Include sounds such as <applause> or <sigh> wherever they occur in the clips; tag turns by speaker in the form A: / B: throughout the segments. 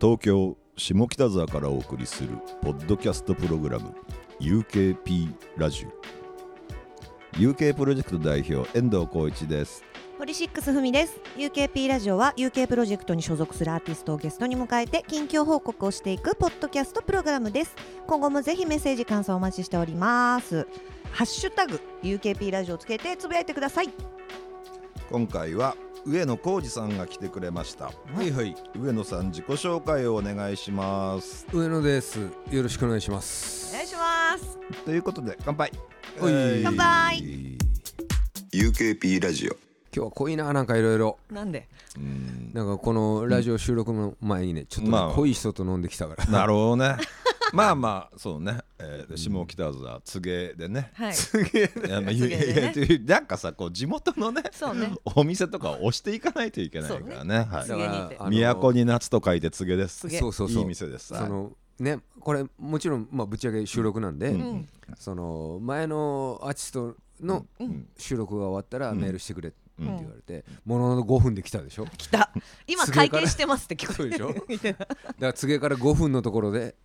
A: 東京下北沢からお送りするポッドキャストプログラム UKP ラジオ UK プロジェクト代表遠藤浩一です
B: ポリシックスふみです UKP ラジオは UK プロジェクトに所属するアーティストをゲストに迎えて近況報告をしていくポッドキャストプログラムです今後もぜひメッセージ感想をお待ちしておりますハッシュタグ UKP ラジオをつけてつぶやいてください
A: 今回は上野浩二さんが来てくれました
C: はいはい、
A: 上野さん自己紹介をお願いします
C: 上野です。よろしくお願いします。
B: お願いします
A: ということで乾杯
C: おい
A: えい
B: 乾杯
A: UKP ラジオ
C: 今日は濃いな、なんかいろいろ。
B: なんで
A: うん
C: なんかこのラジオ収録の前にね、ちょっと
A: まあ
C: ね濃い人と飲んできたから。
A: なるほどねまあまあそうね、えー、下北沢告げでね
B: はい
C: すげ
B: <laughs>
C: え。
A: いやまあ
B: 告
A: い
B: げ
A: や
B: で
A: いやいやなんかさこう地元の
B: <laughs>
A: ね
B: そうね
A: お店とかを押していかないといけないからねはい
B: そうね告げにて
C: あの
A: 都に夏と書いて告げです
B: 告げ
C: そうそうそう
A: いい店です
C: そのね、これもちろんまあぶち上げ収録なんで、
B: ん
C: その前のアーティストの
A: ん
C: 収録が終わったらメールしてくれって
A: うん
C: 言われて、ものの5分で来たでしょ。
B: 来た今
C: すげえ
B: 会
C: から
B: 見してますって聞こ
C: そうでしょ
B: えてる
C: だから次から5分のところで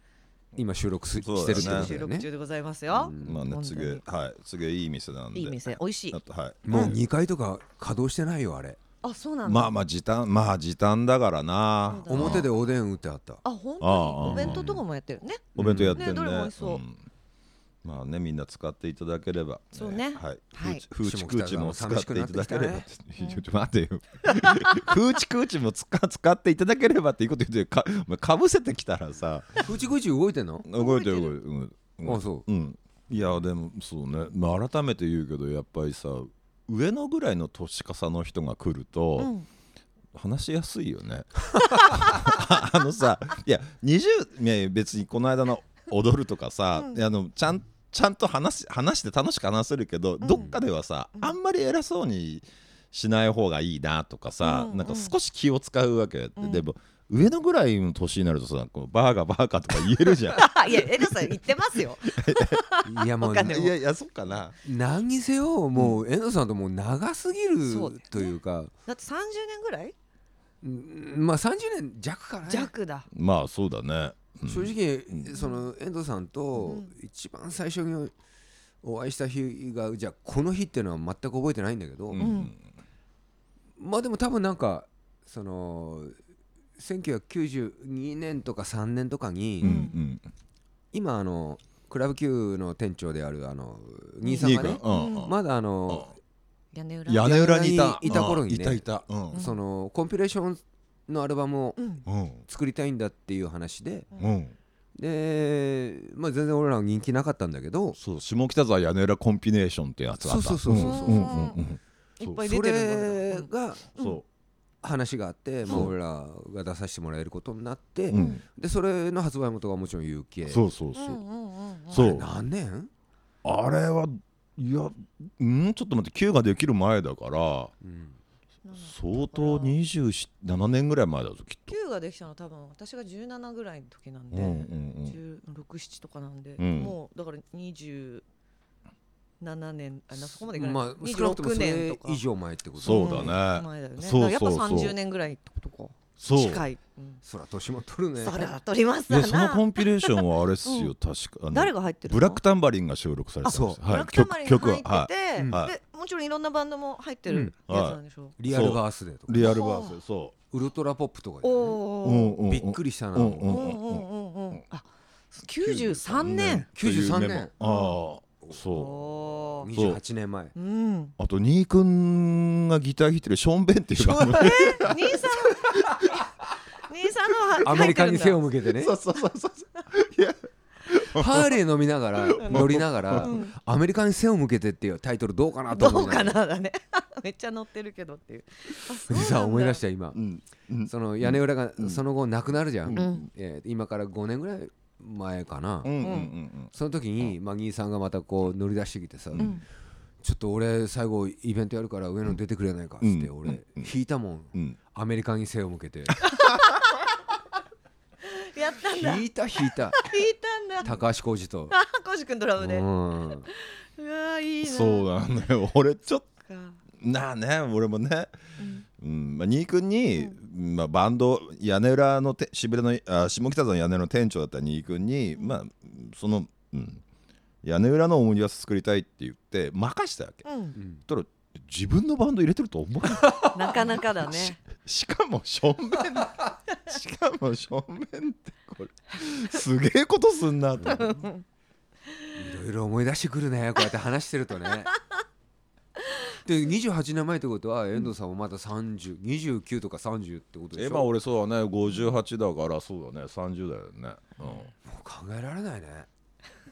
C: 今収録す
A: そう
C: してるってことだ
B: 収
C: よ
B: 録
C: ね。
B: 中でございますよ、
A: まあね
B: 本当に
A: 告げはい告げいい店なんで
B: いい店美味しい
A: あとはい
C: もう2回とか稼働してないよあれ。
B: あそうなんだ、
A: まあまあ時短まあ時短だからな
B: そうだ
C: 表でおでん打ってあった。
B: あ本
A: あ
B: 当
A: あ
B: にお弁当とかもやってるね
A: お弁当やって
B: ね
A: んね
B: どれも美味しそうん
A: まあねみんな使っていただければ
B: そうね
A: はい
B: はい
A: フーチフー
C: 下
A: チクーチも使っていただければ
C: 寂
A: <laughs> 待てよフーチクーチも使使っていただければっていうこと言ってかお前かぶせてきたらさ
C: ぐちぐち動いてんの
A: 動いてる
B: 動
A: 動いてるうん
C: あそう
A: うんいやでもそうね、まあ、改めて言うけどやっぱりさ上のぐらいの年かさの人が来ると、
B: うん <laughs>
A: 話しやすいよね <laughs> あのさいや20いやいや別にこの間の踊るとかさ、
B: うん
A: いやあのちゃんちゃんと話し話して楽しく話せるけど、どっかではさあんまり偉そうにしない方がいいなとかさ、
B: うん
A: なんか
B: うん
A: 少し気を使うわけ、
B: うん
A: でも上のぐらいの年になるとさこうバーガーバーガーとか言えるじゃん
B: いや、エドさん言ってますよ。
C: いやもう
B: わかんない
A: いやいやそっかな
C: 何にせよもう遠藤さんともう長すぎ
B: そうだよ
C: る
B: ね
C: というか
B: だって30年ぐらい
C: うんまあ30年弱かな
B: 弱だ。
A: まあそうだね、うん
C: 正直その遠藤さんと
B: うん
C: 一番最初にお会いした日がじゃあこの日っていうのは全く覚えてないんだけど
A: うん
C: まあでも多分なんかその1992年とか3年とか
A: うんう
C: に
A: ん
C: 今あのクラブ Q の店長であるあの兄さん
A: 兄
C: が
A: 君
C: ね
A: うんうん
C: まだあの
B: 屋根裏。
A: 屋根裏にいた
C: 屋根裏にいた頃にね
A: いたいたうん
C: そのコンピレーションのアルバムを
B: うん。
A: うん
C: 作りたいんだっていう話で
A: うん
C: で、まあ、全然俺らは人気なかったんだけど
A: そう下北沢屋根裏コンビネーションってやつがあった
C: そうそうそ
B: そ
C: う
B: うそうん
A: んん
B: いっ
A: そ
B: ぱ
A: う
B: い出
C: そ
B: てる
C: れ
B: の。
C: が
B: うん
A: そ
C: 話があって、まあ、
A: そう
C: 俺らが出させてもらえることになって、
A: ううん
C: でそれの発売元がもちろん UK
A: そうそう
B: う
A: そ
B: ん
A: う
B: うんうんうん。
A: そう
C: あれ何年
A: あれはいやうんちょっと待って Q ができる前だから
C: うん
A: 相当27年ぐらい前だぞきっと
B: 九ができたの多分私が17ぐらいの時な
A: う
B: ん
A: んうん
B: で、
A: うん
B: 16、7とかなんで、
A: うん
B: もうだから27年、あなそこまでいかない。
C: まあ少なくと
B: 26
C: もそ
B: 年
C: れ
B: とか
C: 以。上前ってこと
A: そうだね
B: ん前だよね。
A: そうそう
B: だか
A: そう
B: らやっぱ30年ぐらいってことか。
A: そう
B: 近い。うん
C: そら年も取るね
B: それは取ります
A: で
B: わ
A: そのコ
B: な。
A: ンピレーションはあれっす
B: う
A: よ確かあの
B: 誰が入ってるの？
A: ブラックタンバリンが収録されてたんです
C: あそう
A: はい
B: ブラックタンバリンが
A: 曲
B: 入
A: 曲はは
B: っ
A: い
B: てて、
C: はい
A: うん
B: でもちろんいろんなバンドも入ってる
A: うん
B: やつなんでしょう。
C: リアルガースデーとか
A: リアルバースそ
C: ウルトラポップとか
B: お
C: でね、
A: う
B: お
A: うんうん
C: びっくりしたな、
A: うんうん
B: うんうんうんうんうん。あ、九十三年。
C: 93年
A: ああそう
B: おー
C: 28年
B: <laughs>
C: 前
B: うん。
A: あとニーくんがギター弾いてるショーンベンっていうバンド
B: え、兄さん。 <laughs> 兄さんのは
C: アメリカに背を
B: 向
C: 向けてね
A: そうそうそうそうそういや
C: ハーレー飲みながら乗りながら
B: うん
C: 「アメリカに背を向けて」っていうタイトルどうかなと
B: ど
C: 思
B: う
C: いが
B: からなだね。 <laughs> めっちゃ乗ってるけどっていう。あそうなん
C: で
B: だ
C: さ思い出した今
A: うんうん
C: その屋根裏がその後なくなるじゃん、
B: うん
C: えー今から5年ぐらい前かな、
A: うんうんうん
C: その時にマギーさんがまたこう乗り出してきてさ、
B: ん
C: ちょっと俺最後イベントやるから上野出てくれないかっつって
A: うん
C: 俺弾いたもん、
A: うん
C: アメリカに背を
B: <laughs>
C: 向けて
B: やったんだ。
C: 弾いた弾いた
B: 弾いたんだ。
C: 高橋浩二と、
B: あ、コウジ君ドラム
C: う、
B: で。うんわー、いいな。
A: そうなんだよ俺ちょっ
B: か。
A: なあね俺もね、
B: う
A: う
B: ん
A: んまあ、新井君に、まあ、バンド屋根裏のて渋谷のあ下北沢の屋根裏の店長だった新井君に、まあ、その、うん、屋根裏のオムニバス作りたいって言って任したわけ、
B: うん、
C: うん
A: ただ自分のバンド入れてると
C: <laughs>
A: 思わな
B: なかなかだね。
A: しかも正面しかも正面ってこれすげえことすんなと思って
C: いろいろ思い出してくるねこうやって話してるとね。で28年前ってことは遠藤さんもまだ3029とか30ってことでしょ
A: 今
C: もう
A: 俺そうだね58だからそうだね30だよね、
C: 考えられないね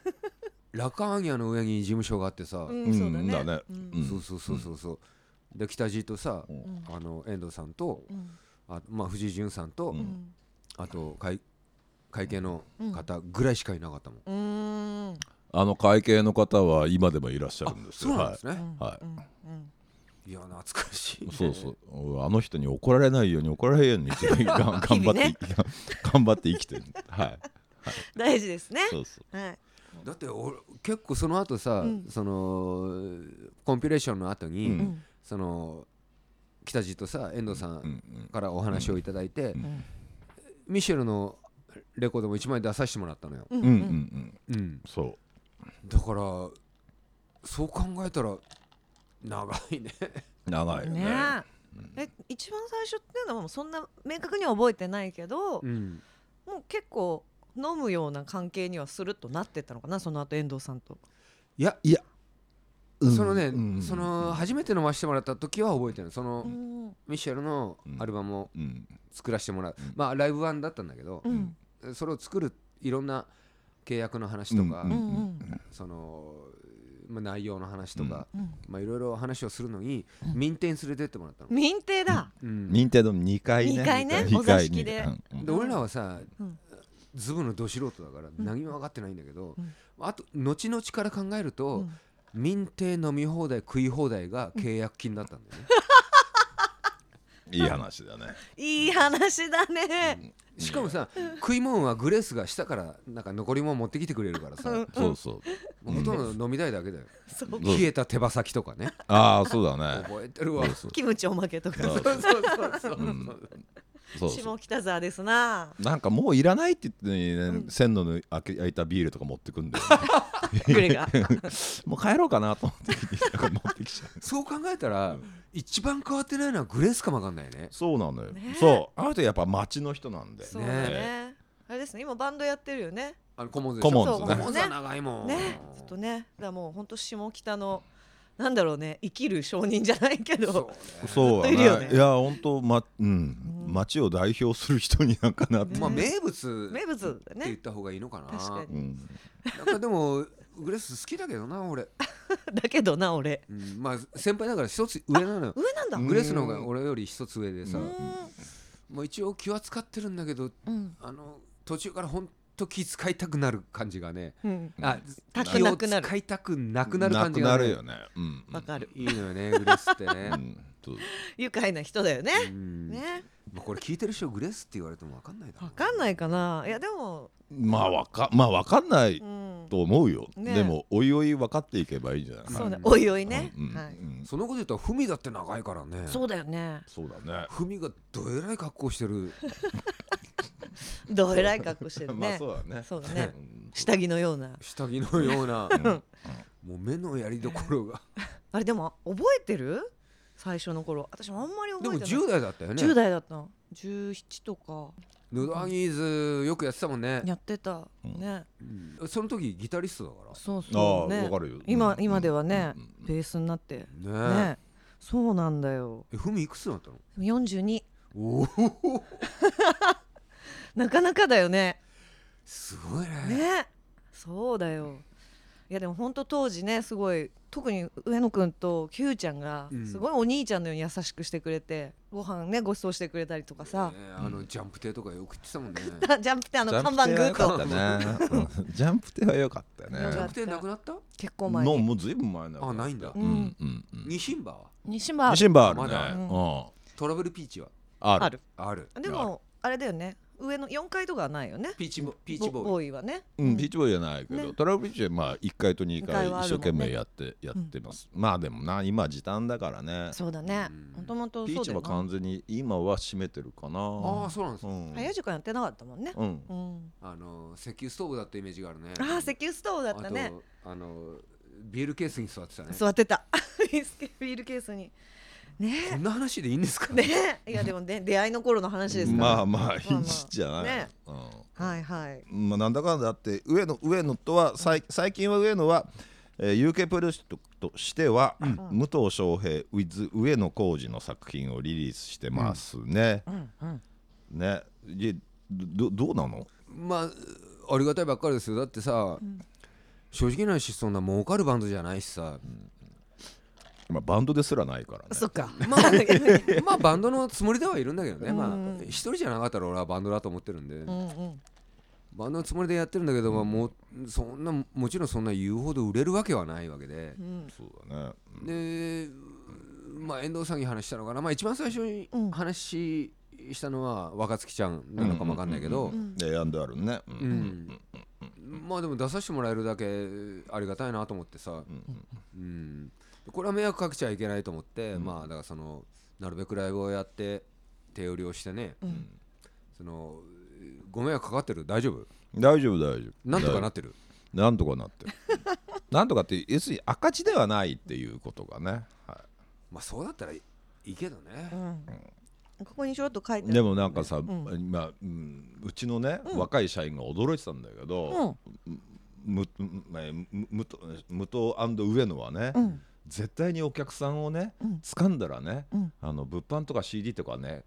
C: <laughs> ラカーニャの上に事務所があってさ、
B: うん
A: うん
B: そうだね。
A: だね
B: うん
A: ん
C: そうそうそうそうそうで北地とさ、
A: うん
C: あの遠藤さんと
B: うん
C: あ、まあ、藤井潤さんと、
A: う
B: うん
C: あと会会計の方ぐらいしかいなかったもん、
B: うーん
A: あの会計の方は今でもいらっしゃ
C: あ
A: るんです
C: そ
A: よ
C: うなんですね、
A: はい
B: うんうん
C: い、や懐かしい、ね、
A: そうそううんあの人に怒られないように怒られないように自
B: <laughs>
A: 分が頑張って、 <laughs> 頑張って生きてるはい
B: 大事ですね。
A: そうそう
B: はい。
C: だって俺結構その後さ、
B: うん
C: そのコンピレーションの後に、
A: うん
B: うん
C: その北地とさ遠藤さ
A: うんん
C: からお話をいただいて、
A: うん
C: ミシェルのレコードも1枚出させてもらったのよ、
B: うん
A: うんうんうんうん
C: うん、
A: そ
C: だからそう考えたら長い
A: <laughs>
C: ね
A: う長いよね
B: ねええ一番最初っていうのはもうそんな明確には覚えてないけど、
C: うん
B: もう結構飲むような関係にはするとなってったのかなその後遠藤さんと。
C: いやいやそのね、
A: うん
C: その初めて飲ませてもらった時は覚えてるその、
B: うん
C: ミシェルのアルバムを
A: うん
C: 作らせてもらう、まあライブ版だったんだけど
B: う、ん
C: それを作るいろんな契約の話とか、
A: うんうん
B: うんうん
C: その、まあ、内容の話とか、
B: うん
C: まあ、いろいろ話をするのに、民店連れてってもらったの、
B: 民邸だ。
C: うん
A: 認定の2階ね
B: 二階ね
A: 二
B: お座敷で
A: 二階に
C: で俺らはさ、
B: うん
C: ズブのど素人だから何も分かってないんだけど、
B: うん
C: あと後々から考えると、
B: うん
C: 民定飲み放題食い放題が契約金だったんだよね、
A: うんいい話だね
B: いい話だね。
C: <laughs> しかもさ、食い物はグレースが下からなんか残り物持ってきてくれるからさ、
B: うん
A: そうそう
C: もうほとんど飲みたいだけだよ、
B: <laughs> そう
A: うん
C: 冷えた手羽先とかね
A: ああそうだね
C: 覚えてるわ、
A: そう
B: キムチおまけとか
A: そ。う
C: そうそうそうそう、
A: うんそうそう
B: 下北沢ですな。
A: なんかもういらないって言ってね、線路の開け開いたビールとか持ってくんだよ、ね、
B: <laughs> グレが。
A: <laughs> もう帰ろうかなと思
B: <laughs>
A: って持ってきちゃう
C: そう考えたら、一番変わってないのはグレースかもわかんないね
A: そうなのよ、
B: ねえ
A: そうあの人やっぱ街の人なんで
B: そうだね。あれですね。今バンドやってるよね。
C: あのコモンズで
A: コ
C: しょ
A: モンズ
C: そう
A: ね
C: コモンズは長いもん、
B: ね。ちょっとね。だからもう本当下北のなんだろうね。生きる証人じゃないけ
C: そう
B: ど。
C: ね
A: そうや
B: ずっといるよね
A: いや本当まうん
B: うん
A: 街を代表する人になんかなって、
B: ね
C: まあ名物
B: 名物だ
C: って言
B: ね。
C: った方がいいのかな。
B: 確かに
A: うん
C: なんかでもグレース好きだけどな
B: <laughs>
C: 俺。
B: だけどな俺。
C: うんまあ先輩だから一つ上なのよ。
B: 上なんだ。
A: うん
C: グレースの方が俺より一つ上でさ、
A: う
C: もう一応気は使ってるんだけど、
B: うん。
C: あの途中から本当気使いたくなる感じがね。
B: うん。
C: あ、
B: たく
C: 気
B: な
C: を
B: くなる
C: 使いたくなくなる感じが、
A: なくなるよねうん
B: わかる。
C: いいのよね、グレースってね
A: う。んそう
B: 愉快な人だよね。
C: うん
B: ね。
C: まあこれ聞いてる人グレースって言われてもわかんないだろ
B: わ
C: う
B: かんないかな。いやでも。
A: まあわかまあわかんない
B: うん。
A: と思うよ、
B: ね
A: でもおいおい分かっていけばいいんじゃない
B: そうね
C: う。ん
B: おいおいね
A: うん。
B: はい。
A: うん
C: そのこと言ったらフミだって長いからね。
B: そうだよね。
A: そうだね
C: フミがどえらい格好してる。
B: どえらい格好してる
A: <laughs> まあ
B: ね
A: そ。うだね
B: そうだね。
A: うん
B: 下着のような。
C: 下着のよう <laughs> な
A: うん
C: もう目のやりどころが
B: あれでも覚えてる最初の頃私もあんまり
C: で
B: 覚
C: も
B: えてない
C: 10代だったよね
B: 10代だったの17とか
C: ヌドアギーズよくやってたもんね
B: やってたね、
C: うんその時ギタリストだか
A: あ
B: そう
A: あ
B: <laughs> そ
A: わ、
B: うね
A: かるよ
B: 今
A: うん
B: 今ではね、
A: うんうんうん
B: ベースになって
C: らね
B: ねそうなんだよ
C: えフミいくつだったの
B: 42
C: おお
B: なかなかだよね
C: すごいね
B: ねそうだよいやでも本当当時ねすごい特に上野くんと Q ちゃんが
C: うん
B: すごいお兄ちゃんのように優しくしてくれてご飯ねご馳走してくれたりとかさ
C: ね、あのジャンプ亭とかよく行ってたもんね
B: <laughs> ジャンプってあの看板グー
A: ジャン
B: と
A: プ亭は良かったねうんジャンプ亭は良かったね
B: 良か
C: ジャン
B: っ
C: プ亭なくなった
B: 結構前に
A: のもうずいぶん前だよ
C: あないんだ
A: うんうんうん
C: ニシンバは
B: 西村
A: シンバーある
C: ま
A: ね
C: だ
B: う
A: うん
B: ん
C: トラブルピーチは
A: あ
B: あ
A: る
B: る
C: ある
B: でもあれだよね上の4階とかはないよね
C: ピーチボピー
B: ボ
C: チボーイ
B: ボーイはね、
A: うん、ビーチボーイじゃないけど、
B: ね
A: トラブルビーチはまあ1階と2
B: 二階
A: 階
B: はあ
A: 一
B: るも
A: 生
B: んね
A: 懸命やって、やってますまあでもな今時短だからね
B: そうだね
C: うん
B: もともと
A: ビー
B: そうだ
A: チ
B: よ
A: は
B: な
A: 完全に今は閉めてるかな
C: ああそうなんです
A: う
C: か
A: ん
B: 早い時間やってなかったもんね、
A: うん
B: うん、
C: あの石油ストーブだったイメージがあるね
B: ああ石油ストーブだったね
C: あとあのビールケースに座ってたね
B: 座ってた <laughs> ビールケースにね
C: こんな話でいいんですか
B: ねいやでもね出会いの頃の話ですから、
A: まあまあいいんじゃない、
B: ね
A: うん
B: はいはい
A: まあ、なんだかんだあって上野上野とはさい最近は上野は、えー、UK プロジェクトとしては、武藤翔平 with 上野浩二の作品をリリースしてますね。
B: うんうん
A: ねでどどうなの
C: まあありがたいばっかりですよだってさ、正直な話そんな儲かるバンドじゃないしさ、
A: まあ、バンドですらないからね。
B: そっか
C: まあ
B: <laughs>
C: まあバンドのつもりではいるんだけどね、まあ一人じゃなかったら俺はバンドだと思ってるんで、
B: うんうん
C: バンドのつもりでやってるんだけど、まあ、もうそんなもちろんそんな言うほど売れるわけはないわけで、
A: そうだね。
C: でまあ遠藤さんに話したのかなまあ一番最初に
B: うん
C: 話したのは若月ちゃんなのかもわかんないけど、
A: でやんであるね。うん
C: うんまあでも出させてもらえるだけありがたいなと思ってさ、うんこれは迷惑かけちゃいけないと思って、まあだからそのなるべくライブをやって手売りをしてね、そのご迷惑かかってる大丈夫
A: 大丈夫大丈夫。
C: なんとかな
A: 大
C: ってる
A: なんとかなってる。なんとかって要するに赤字ではないっていうことがね。は
C: まあそうだったらいいけどね、
B: ここにちょろっと書いてあ
A: い、
B: る
A: でもなんかさ、
B: ん
A: 今、うん、うちのね、若い社員が驚いてたんだけど、
B: うん
A: むむえーむむと無糖上野はね、
B: うん
A: 絶対にお客さんをね、掴んだらね、あの物販とか CD とかね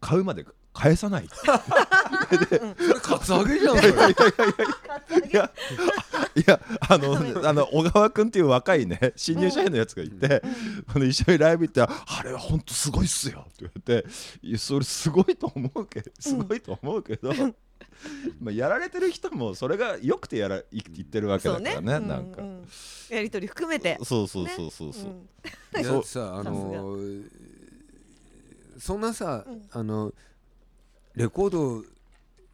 A: 買うまで返さないい
C: それカツアゲじゃんそれ
A: やいやあのあの小川君っていう若いね新入社員のやつがいて、あの一緒にライブ行ったら「あれは本当すごいっすよ」って言われていや「それすごいと思うけどすごいと思うけど、まあやられてる人もそれがよくてやらい言ってるわけだか
B: そう
A: ら
B: ね
A: ねなんか
B: う。んやりとり含めて
A: そうそうそうそうそう、
B: うん
C: いや
A: そう
C: さあのそんなさ、あのレコード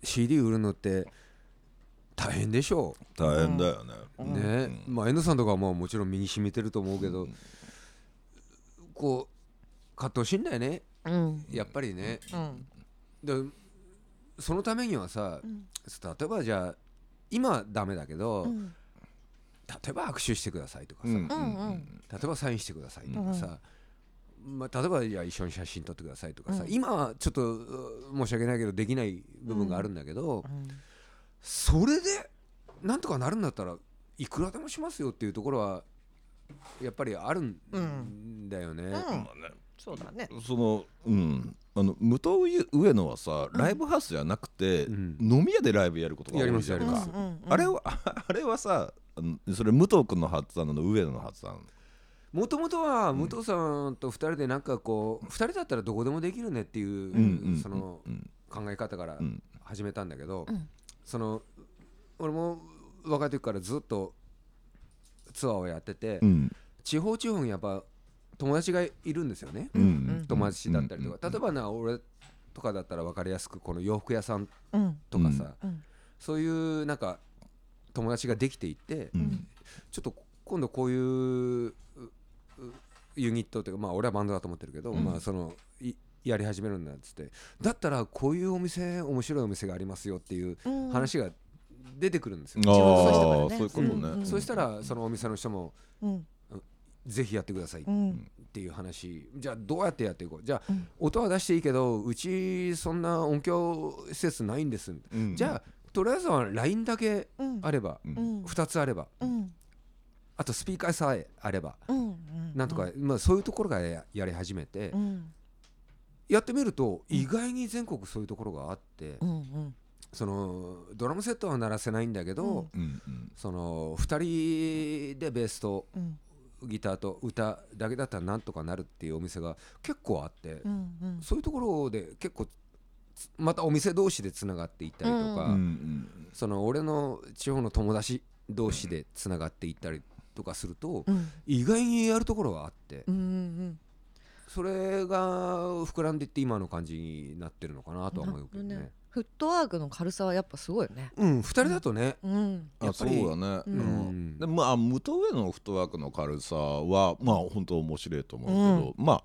C: CD 売るのって大変でしょ
A: 大変だよね、
C: う、ね、まあ遠藤さんとかはまあもちろん身に染みてると思うけど、こう買ってほしいんだよね
B: うん
C: やっぱりね、
B: うん
C: でそのためにはさ、例えばじゃあ今はダメだけど、
B: うん
C: 例えば握手してくださいとかさ、
A: うん
B: う
A: うん
B: うんん
C: 例えばサインしてくださいとかさ、まあ、例えばじゃあ一緒に写真撮ってくださいとかさ、今はちょっとう申し訳ないけどできない部分があるんだけど、それでなんとかなるんだったらいくらでもしますよっていうところはやっぱりあるんだよね。
B: うん
A: まあね
B: そうだね
A: そのうんあの無糖上野はさライブハウスじゃなくて、
C: ん
A: 飲み屋でライブやることが多いじゃん
C: やります
B: うんうんうん
A: あれはあ <laughs> れはさあのそれ武藤君の発案なの上野の発案
C: もともとは武藤さんと2人でなんかこう2人だったらどこでもできるねってい
A: んうん
C: うその考え方から
A: ん
C: 始めたんだけど
B: ん
C: その俺も若い時からずっとツアーをやってて
A: うん
C: 地方地方にやっぱ友達がいるんですよね
A: うんうん
C: 友達だったりとか例えばな俺とかだったら分かりやすくこの洋服屋さん
B: うん
C: とかさ
B: うんうん
C: そういうなんか友達ができていって
A: うん
C: ちょっと今度こういうううユニットというかまあ俺はバンドだと思ってるけど、まあそのいやり始めるんだっつってだったらこういうお店面白いお店がありますよっていう
B: うん
C: 話が出てくるんですよ
A: あ、あ
B: そ
A: そ
B: うで
A: う
B: す
A: い
B: ね
A: うことね、
B: うんうん
C: そしたらそのお店の人も
B: うん
C: ぜひやってくださいっ
B: うん
C: ていう話じゃあどうやってやっていこうじゃあ音は出していいけどうちそんな音響施設ないんです、
A: うん
C: じゃあとりあえずは LINE だけあれば、
B: うん
C: 2つあれば
B: うん
C: あとスピーカーさえあれば
B: うんうん
C: なんとか、まあ、そういうところがややり始めて、
B: うん
C: やってみると意外に全国そういうところがあって、
B: うんうん
C: そのドラムセットは鳴らせないんだけど、
B: うん
A: うんうん
C: その2人でベースと
B: うん
C: ギターと歌だけだったらなんとかなるっていうお店が結構あって、
B: うんうん
C: そういうところで結構つまたお店同士でつながっていったりとか、
A: うんうん
C: その俺の地方の友達同士でつながっていったりとかすると、
B: うん
C: 意外にやるところはあって。
B: うんうん
C: それが膨らんでいって今の感じになってるのかなとは思うけどね。
B: フットワークの軽さはやっぱすごいよね。
C: うん2人だとね、
B: うん。
A: あ
C: やっぱ
A: そう
C: り
A: だね、
B: うん
C: うん
A: でまあ無糖上のフットワークの軽さはまあ本当面白いと思うけど、まあ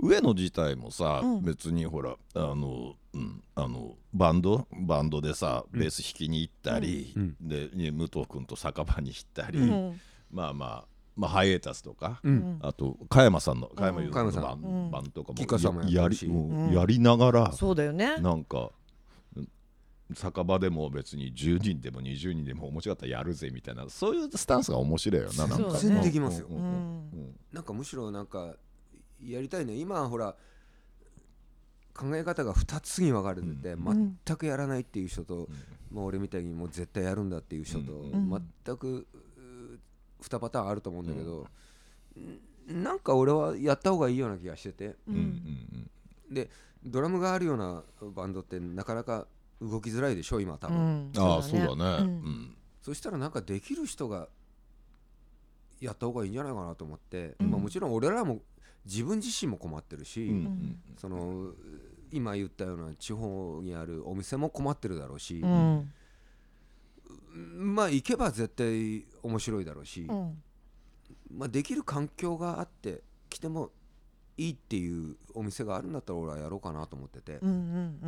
A: 上野自体もさ、
B: うん
A: 別にほらあの、うん、あのバンドバンドでさ
C: うん
A: ベース弾きに行ったり、
C: うん
A: でね武藤君と酒場に行ったり、
C: うん
B: うん
A: まあまあまあハイエータスとか、
C: うん
B: うん
A: あと加山さんの加山
B: うん
A: 雄三の
C: 加
A: バ
C: 山
B: さん
A: ンバンドとかも
C: 吉川さんも
A: や
C: やってる
A: り
C: し
A: もううんやりながら、
B: そうだよね。
A: なんかうん酒場でも別に10人でも20人でも面白かったらやるぜみたいなそういうスタンスが面白いよななんか
B: 全然で
C: きますよ
A: う
B: うん
A: うんうん
B: ん。
C: なんかむしろなんかやりたいね今はほら考え方が2つに分かれてて、
B: うん
C: 全くやらないっていう人と、もう俺みたいにもう絶対やるんだっていう人と、
A: うん
C: 全く2パターンあると思うんだけど、んなんか俺はやった方がいいような気がしてて
A: うんうんうん
C: でドラムがあるようなバンドってなかなか動きづらいでしょ今多
B: ん
C: 分、
A: ああそうだね
B: うん
A: うん
C: そしたらなんかできる人がやった方がいいんじゃないかなと思って、
B: うん
C: まあ、もちろん俺らも自分自身も困ってるし、
A: うん
C: その今言ったような地方にあるお店も困ってるだろうし、
B: うん。
C: まあ行けば絶対面白いだろうし、
B: うん。
C: まあ、できる環境があって来てもいいっていうお店があるんだったら俺はやろうかなと思ってて、
B: うんう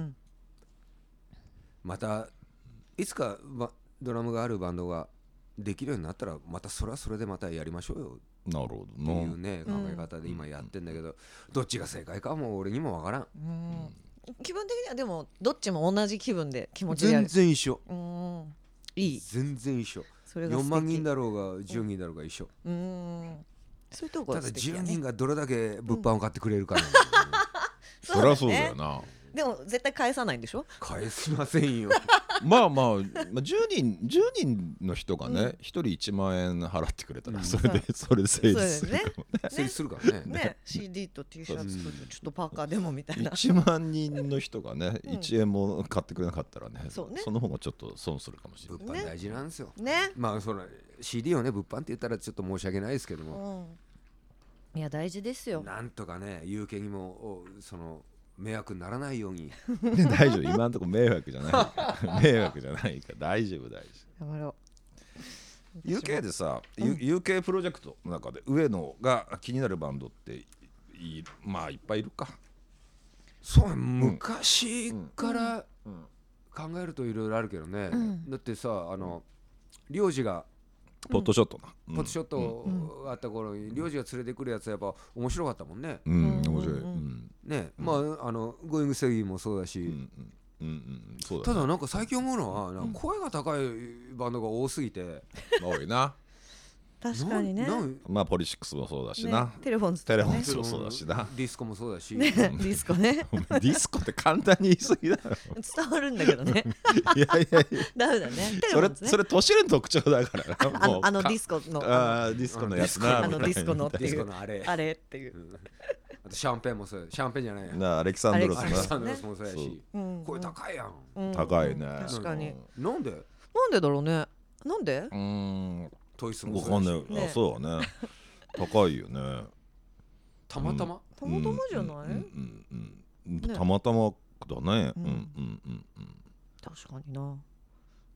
B: ん
C: またいつかばドラムがあるバンドができるようになったらまたそれはそれでまたやりましょうよ
A: なるほど
C: っていう
A: な
C: ね考え方で今やってんだけどどっちが正解かはもう俺にもわからん
B: うん。うん。気分的にはでもどっちも同じ気分で気持ちでや
C: 全
B: る。
C: 然一緒
B: うん。いい。
C: 全然一緒
B: それが素
C: 4
B: 敵
C: 万人だろうが10人だろうが一緒
B: うん。そういうとこ
C: た
B: が
C: だ
B: 素敵
C: 10
B: よね
C: 人がどれだけ物販を買ってくれるかなんだ
B: <laughs>
C: よね
A: そりゃそうだよ
B: ね。
A: な
B: でも絶対返さないんでしょ。
C: 返しませんよ
A: まあまあまあ10人10人の人がね1人1万円払ってくれた
C: う
A: ら
C: ん
A: それでそれで成立するかも
C: 成立するからね
B: ね、CD と T シャツと
C: うん
B: ちょっとパーカーでもみたいな。
A: 1万人の人がね
B: うん
A: 1円も買ってくれなかったらね
B: そうね
A: その方がちょっと損するかもしれない
C: 物販大事なんですよ
B: ね。
C: まあその CD をね物販って言ったらちょっと申し訳ないですけども
B: うん。いや大事ですよ。
C: なんとかね有形にもおその迷惑にならない <laughs> ように
A: <laughs> で大丈夫今のところ迷惑じゃない <laughs> 迷惑じゃないから大丈夫大丈
B: 頑張ろう。
A: 夫 UK でさ、U- UK プロジェクトの中で上野が気になるバンドっていいまあいっぱいいるか
C: そう昔から
A: ん
C: 考えるといろいろあるけどね、
B: うん
C: だってさあの領事が
A: ポットショットな、うん
C: ポットショットがあった頃に領事が連れてくるやつはやっぱ面白かったもんね
A: うん、面
B: うん
A: 白い、
B: う
A: うんん
C: ね、まああの「ゴーイングセギー」もそうだし、
A: うんうんうんうんそう
C: た
A: だね
C: だなんか最近思うのはなんか声が高いバンドが多すぎて、
A: 多いな
B: 確かにね。
C: なん
B: ね
C: なん
A: まあポリシックスもそうだしな、
B: テレフォンズと
A: テ
B: か
A: レフォ
B: ね
A: ンズもそうだしな、
C: ディスコもそうだし、
B: ね、ディスコね。
A: お前 <laughs> ディスコって簡単に言い過ぎ
B: <laughs>
A: だろ
B: 伝わるんだけ
A: <laughs>
B: どね。
A: いやいやいや
B: ダメだね。テレフ
A: そ
B: ォ
A: れ
B: ンズね
A: そ。れ年齢の特徴だからな
B: あのあの
A: か
B: ディスコのあ
A: あーディスコのやつ
C: あ
A: な
B: のディスコのって
C: ディ
B: い
C: スコ
B: う
C: のあれ
B: あれっていう
C: う。んあとシャンペーンもそうシャンペーンじゃないや
A: なアレキサンドロス
C: ア
A: な
C: レキサンドロスもそうや
A: そ
C: し
B: うん
C: 声高いやん
B: うん
A: 高いね
B: 確かに。
C: なんで
B: なんでだろうね。なんで？
A: うーん
C: トイスも
A: わ
C: そ
A: か
C: うんだ
A: な
C: し
A: い、
B: ね
A: あそうだね高いよね
C: たまたま、
B: たまたまじゃない？
A: うんうんうんうん
B: ね
A: たまたまだね
B: う
A: うんんうんうん
B: 確かにな。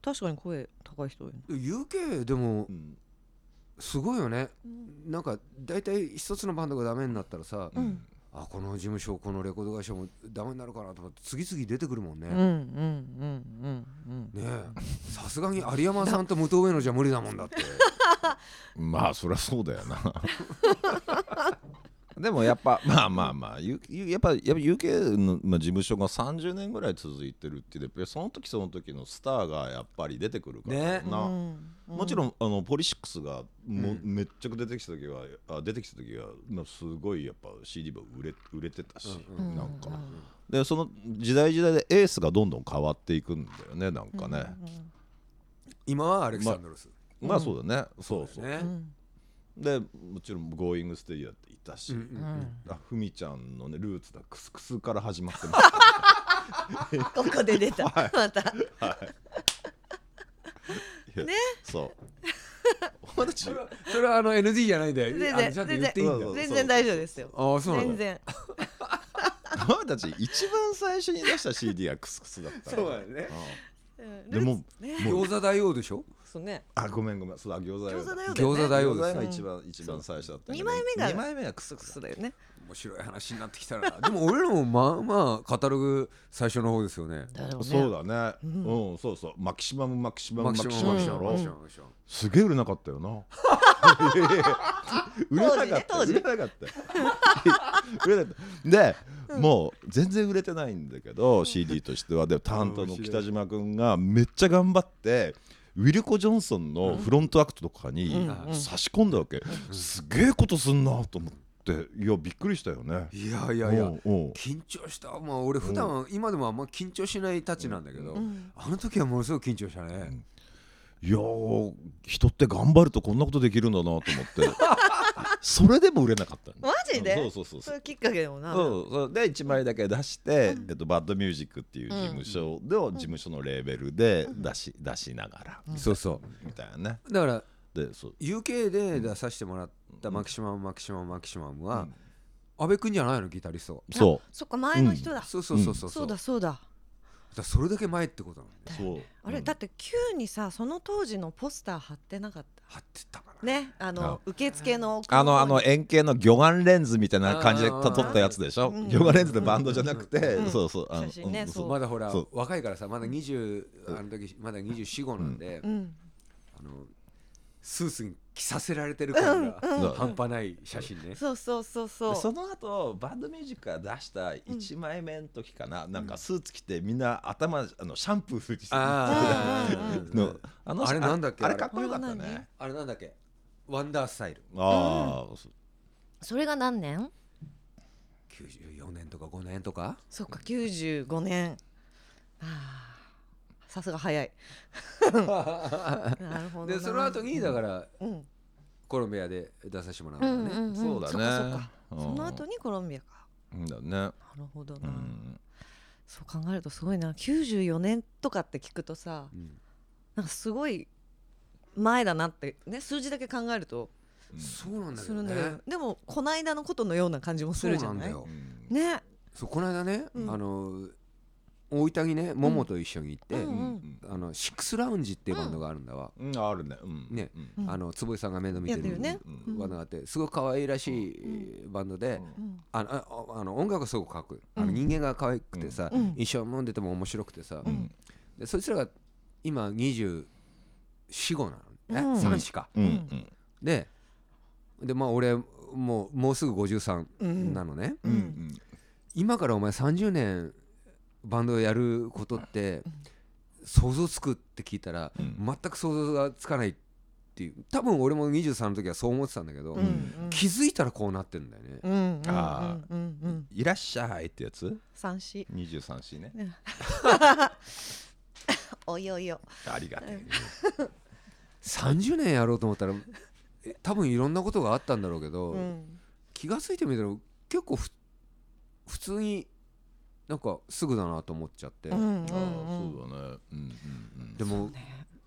B: 確かに声高い人多いな。
C: UK でも
A: うん
C: すごいよね
B: うん
C: なんか大体一つのバンドがダメになったらさ、
A: うんん
C: あこの事務所このレコード会社もダメになるかなと思って次々出てくるもんね、
B: うんうんうんうんうん。
C: ねえさすがに有山さんと武藤上野じゃ無理だもん
B: <laughs>
C: だって
A: まあそりゃそうだよなでもやっぱまあまあまあゆゆやっぱやっぱ UK の、まあ、事務所が30年ぐらい続いてるっていうのはやっぱりその時その時のスターがやっぱり出てくるから
C: ね
A: な、
B: うんう
A: もちろんあのポリシックスがも、
C: うん
A: めっちゃく出てきた時はあ出てきた時はまあすごいやっぱ CD も売れ売れてたし、
C: うん
A: なんか、
B: う
A: でその時代時代でエースがどんどん変わっていくんだよねなんかね、
C: 今はアレキサンドロス、
A: まあそうだね、そうそう、
C: ね
B: う、ん
A: でもちろん「ゴーイングステイヤー」っていたし、
C: うん
B: う
C: うんんうん
A: あふみちゃんのねルーツだクスクスから始まってま
B: ここで出たまた
A: すねそうお前たち
C: それはそれはあの NG じゃないんだよ
B: 全然
C: あのちゃんと言っていいんだよ
A: そうそう <laughs>
B: 全然大丈夫ですよ
C: ああそうなん
B: 全
C: だ
B: 然
A: 俺たち一番最初に出した CD はクスクスだった
C: そうだよね
B: うん
A: でも
B: ね
A: もう
C: 餃子大王でしょ
B: そうね
A: あごめんごめんそうだ餃子
B: 餃子だよね
C: 餃子だよ
A: 餃子が
B: う
A: 一番
B: ん
A: 一番最初だった
B: 二枚目が
A: 2枚目がクス
B: ク
A: ク
B: ス
A: ス
B: だよね
C: 面白い話になってきたらでも俺らもまあまあカタログ最初の方ですよね
B: だよね
A: そうだね
B: う
A: うんん、そうそうマキシマムマキシマムマキシマ
B: マム
A: ム
B: シ
A: だ
B: マ
A: ろ、
B: ム
C: シマムシマム
A: すげえ売れなかったよ
B: <laughs>
A: な売れなかったよ売れなかったよ
B: 当時ね
A: 売れなかったで、もう全然売れてないんだけど CD としてはでも担当の北島君がめっちゃ頑張ってウィルコ・ジョンソンのフロントアクトとかに
B: うん
A: 差し込んだわけ、すげえことすんなと思っていやびっくりしたよね
C: いやいやいや
A: うんうん
C: 緊張したまあ俺普段今でもあんま緊張しないたちなんだけど、
B: うん
C: あの時はものすごく緊張したね、
A: いやー人って頑張るとこんなことできるんだなと思っ
B: <laughs>
A: てそれでも売れなかったの
B: マジで
A: そうそうそう
B: そ
A: そう
B: れきっかけでもな
A: そうそうで1枚だけ出して、えっと、バッドミュージックっていう事務所で、事務所のレーベルで出し,、出しながら
C: そうそ
A: みたいなね
C: うだから
A: でそう
C: UK で出させてもらったマキシマムマキシマムマキシマムは、
A: うん
C: 安倍君じゃないのギタリスト
A: そ
B: あそっか前の人だ
C: そうそうそうそう
B: そう
C: だ
B: だそうだ
C: からそれだけ前ってことなんだよ
A: うそう
B: あれ
A: うん
B: だって急にさその当時のポスター貼ってなかった
C: 貼ってたから
B: ねあの
A: あ
B: 受付の奥
A: あの
B: 方
A: あの
B: に
A: 円形の魚眼レンズみたいな感じで
C: あー
A: 撮ったやつでしょ
B: うん
A: 魚眼レンズでバンドじゃなくて、
B: うん
A: そうそうあの
B: 写真ね
A: うん
B: そう
C: まだほら
A: そう
C: 若いからさまだ20あの時まだ245なんで、
B: うん
C: あのスースに着させられてる感が
A: うんうん
C: <laughs> 半端ない写真ね、
B: そうそうそうそ
A: で
B: う
A: その後バンドミュージックが出した1枚目の時かな、なんかスーツ着てみんな頭あのシャンプーして
C: ああ
B: うん
A: <laughs> のあ
C: あれなんだっけ
A: あ
C: あれ
A: れかっこよかった
B: あれは
A: ね
C: あれなんだっけワンダースタイル
A: ああそ
B: それが何年
C: 94年とか5年とか
B: そうか95年あーさす
A: <laughs>
B: が早いなるほどな
C: <laughs> でその後にだから
B: うん
C: コロンビアで出させてもらう
B: うんん
C: だ
B: う
C: ね、
B: んん
A: そうだね
B: そっかそっか
A: うん
B: その後にコロンビアか
A: うだね
B: なるほど
A: う
B: な、
A: ん
B: そう考えるとすごいな94年とかって聞くとさ
C: うん
B: なんかすごい前だなってね数字だけ考えると
C: そうなんだ
B: す
C: け
B: る
C: ど
B: んだ
C: ね
B: けど、でもこの間のことのような感じもす
C: そう
B: るじゃ
C: なん
B: な
C: だ
B: い
C: よ
A: うん
B: ね
C: そうこの間ね、
B: うん
C: あの大分にねモモと一緒に行って、
B: うんうん
C: あのシックスラウンジっていうバンドがあるんだわ、
A: うんあるねうん
C: ね
A: うん
B: うん
C: あの坪井さんが面倒見て
B: やってる
C: る
B: ね
A: う
C: バンドがあってすごく可愛らしいバンドで、
B: うん
C: あのああの音楽はすごくかっこいい、あ
B: う
C: の
B: ん
C: 人間が可愛くてさ、
B: うん
C: 一緒に飲んでても面白くてさ、
A: ん
C: でそいつらが今245なのね、
B: うん
C: 3しか
A: うんうん
C: ででまあ俺もうもうすぐ53なのね、
A: うんうん
C: 今からお前30年バンドをやることって想像つくって聞いたら
A: うん
C: 全く想像がつかないっていう多分俺も23の時はそう思ってたんだけど、
B: うんうん
C: 気づいたらこうなってんだよね、
B: うんうん
A: あ
B: うんうんうん
A: いらっしゃいってやつ
B: 三四
A: 二十三子ね
B: ねおいおいよ
A: ありがて
C: 30年やろうと思ったらえ多分いろんなことがあったんだろうけど、
B: うん
C: 気が付いてみたら結構ふ普通になんかすぐだなと思っちゃって、
B: うんうん
A: えあ
B: うん
A: ーそうだねうんうん
C: でも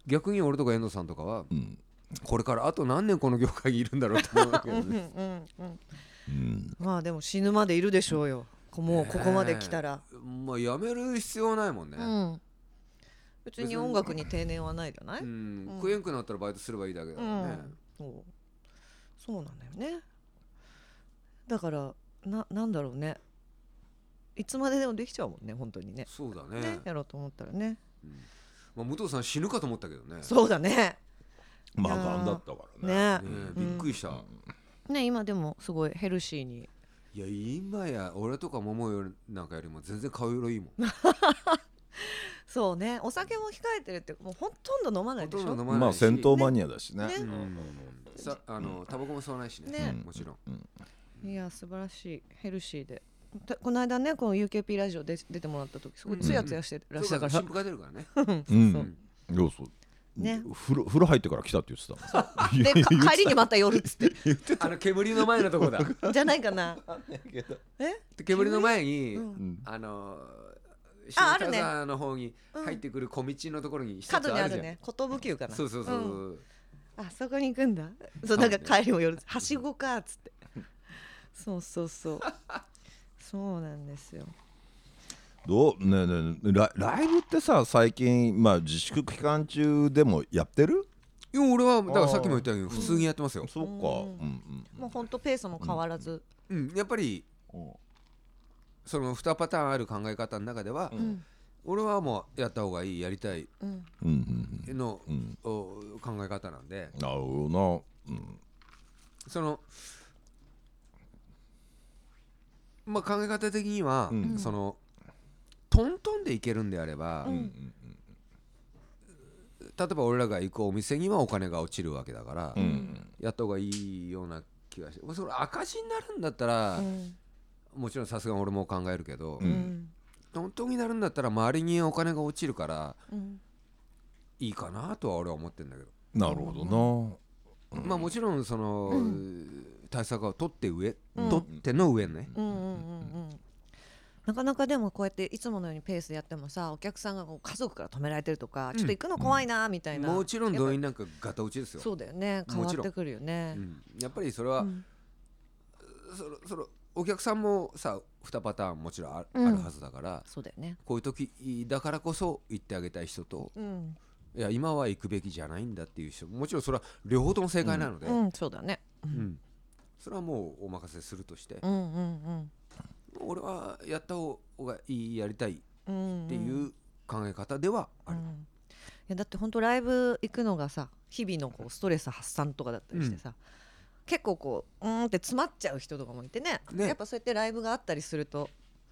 C: 逆に俺とか遠藤さんとかは
A: うん
C: これからあと何年この業界にいるんだろうと思うわけ
B: う
C: ど
B: んう
C: ね
B: んうんうん
A: うん
B: まあでも死ぬまでいるでしょうよもうここまで来たら
C: <laughs> まあやめる必要ないもんね、
B: うん別に音楽に定年はないじゃない
C: うん
B: うん
C: 食えんくなったらバイトすればいいだけだか
B: う
C: らね、
B: ん、そうそうなんだよねだからななんだろうねいつまででもできちゃうもんね本当にね
C: そうだね
B: ねやろうと思ったらね
C: うんまあ、武藤さん死ぬかと思ったけどね
B: そうだね
A: まあガンだったからね
B: ね
C: ねえ
B: う
C: び
B: ん
C: っくりした、
B: ね今でもすごいヘルシーに
C: いや今や俺とか桃よりなんかよりも全然顔色いいもん
B: そうねお酒も控えてるってもうほとんど飲まないでし
C: ほと
B: ょ
C: んど飲まないし
A: まあ戦闘マニアだしね
B: ね
C: う
B: ね
C: んさあのタバコも吸わないしね
B: ね
C: もちろん
B: いや素晴らしいヘルシーでたこの間ねこの UKP ラジオで出てもらった時すごいツヤツヤしてらっしゃ
C: そ
B: るか、
C: うから新婦が出るからね <laughs>
A: うん
B: そう
A: いやそう
B: ね
A: 風呂風呂入ってから来たって言ってた
C: <laughs>
A: いや
B: でか帰りにまた寄るっつって
C: あの煙の前のとこだ
B: じゃないかなえ
C: で煙の前に、
A: うん
C: あのー
B: ああるね
C: 下北沢の方に入ってくる小道のところに一つ
B: 角にあ
C: じゃ
B: る
C: ん
B: ね寿急かな
C: そうそうそう、
B: んあそこに行くん <laughs> だ <laughs> そうなんか帰りも夜はしごかっつってそうそうそうそうなんですよ
A: どうねえねえラライブってさ最近、まあ、自粛期間中でもやってる
C: いや俺はだからさっきも言ったように普通にやってますよ、
A: そうか、うんうん
B: もうほんとペースも変わらず、
C: うん、やっぱり
A: うん
C: その2パターンある考え方の中では、
B: ん
C: 俺はもうやった方がいいやりたい
B: うん
A: うんうん
C: の、
A: うん
C: お考え方なんで
A: なるほどな、うん、
C: そのまあ考え方的には、
A: うん
C: そのトントンで行けるんであれば、
B: うん
C: 例えば俺らが行くお店にはお金が落ちるわけだから、
A: うん
C: やった方がいいような気がしてまあそれ赤字になるんだったら、もちろんさすがに俺も考えるけど、
A: う
B: うんん
C: トントンになるんだったら周りにお金が落ちるから
B: うん
C: いいかなとは俺は思ってるんだけど、
A: なるほど
C: まあもちろんその、
B: う
C: 対策を取って上、
B: うん
C: 取っての上ね、
B: うんうんうんうんなかなかでもこうやっていつものようにペースでやってもさお客さんがこう家族から止められてるとか、ちょっと行くの怖いなみたいな、
C: もちろん動
B: やっ
C: 員なんかガタ落ちで
B: ぱ
C: すよ
B: そうだよね変わっ
C: もちろ
B: て
C: ん
B: くるよね
C: う、んやっぱりそれは、
B: うん
C: そのそのお客さんもさ2パターンもちろんあ,、
B: うん
C: あるはずだから
B: そうだよね
C: こういう時だからこそ行ってあげたい人と
B: うん、
C: いや今は行くべきじゃないんだっていう人もちろんそれは両方とも正解なので、
B: う
C: うん
B: ん、そうだね
C: それはもうお任せするとして、
B: うんうん
C: 俺はやった方がいいやりたいっ
B: うんうん
C: ていう考え方ではあ
B: う
C: る、
B: んいやだって本当ライブ行くのがさ日々のこうストレス発散とかだったりしてさ、結構こううーんって詰まっちゃう人とかもいてね
C: ね
B: やっぱそうやってライブがあったりすると、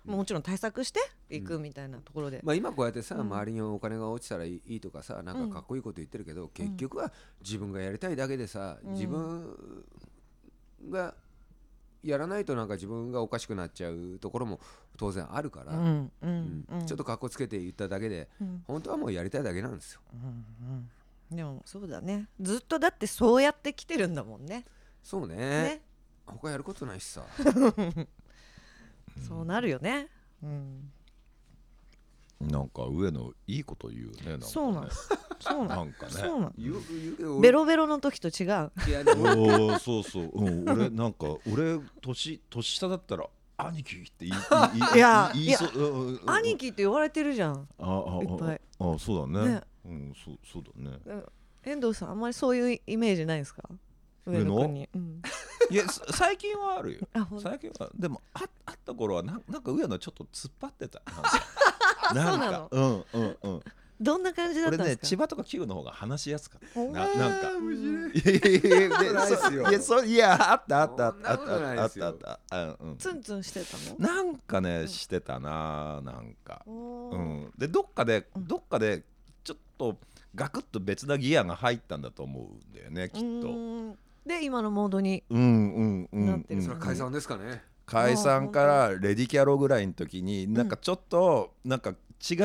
C: うん
B: もちろん対策していくみたいなところで、
C: まあ、今こうやってさ、
B: うん
C: 周りにお金が落ちたらいいとかさなんかかっこいいこと言ってるけど、結局は自分がやりたいだけでさ、
B: うん
C: 自分がやらないとなんか自分がおかしくなっちゃうところも当然あるから、
B: うんう
C: うんん
B: うん
C: ちょっとかっこつけて言っただけで
B: うん
C: 本当はもうやりたいだけなんですよ。
B: うんうんでもそうだねずっとだってそうやって来てるんだもんね
C: そうね
B: ね
C: 他やることないし
B: <laughs>
C: さ
B: そうなるよね、うん、
A: ななんか上野いいこと言うねなんかね
B: そうなんそうな
C: <laughs>
A: なんんかね
B: そうなん
C: 言う言うけど
B: ベ
C: 俺
B: ロベロの時と違う
C: いやでも
A: おーそうそう、うん、俺なんか俺年年下だったら「兄貴」って言いい <laughs> い
B: いや
A: 言いそううんうん
B: 兄貴って言われてるじゃん
A: あああ
B: いっぱい
A: ああそうだね
B: ね
A: うんそうそうだね
B: 遠藤さんあんまりそういうイメージないですか
A: 上
B: 上
A: 野
B: 野くんに、うん、
A: いやさ最近はあるよ
B: あほん
A: 最近はでもああった頃はなんなんか上野ちょっと突っ張ってた
B: そう
A: なん
B: な
A: か
B: の
A: うんうんうん
B: どんな感じだった
A: 俺
B: んで
A: ね
B: すか
A: 千葉とかキウの方が話しやすかった
B: ほんま
A: ななんか
C: あー面白い
A: いやいやいやで
C: ないっすよ
A: そいやそいやあったあったあったあっ
C: そんなことない
A: たあっ
C: っす
A: たあ
C: よ
A: ったあうんうん
B: ツンツンしてたの
A: なんかねしてたななんか
B: お
A: う
B: ー
A: んでどっかで
B: うん
A: どっかでちょっとガクッと別なギアが入ったんだと思うんだよねきっと
B: うーんで今のモードに
A: うんうんうん
B: なって
A: うん
B: る
C: それは解散ですかね。
A: 解散からレディキャロぐらいの時になんかちょっとなんか違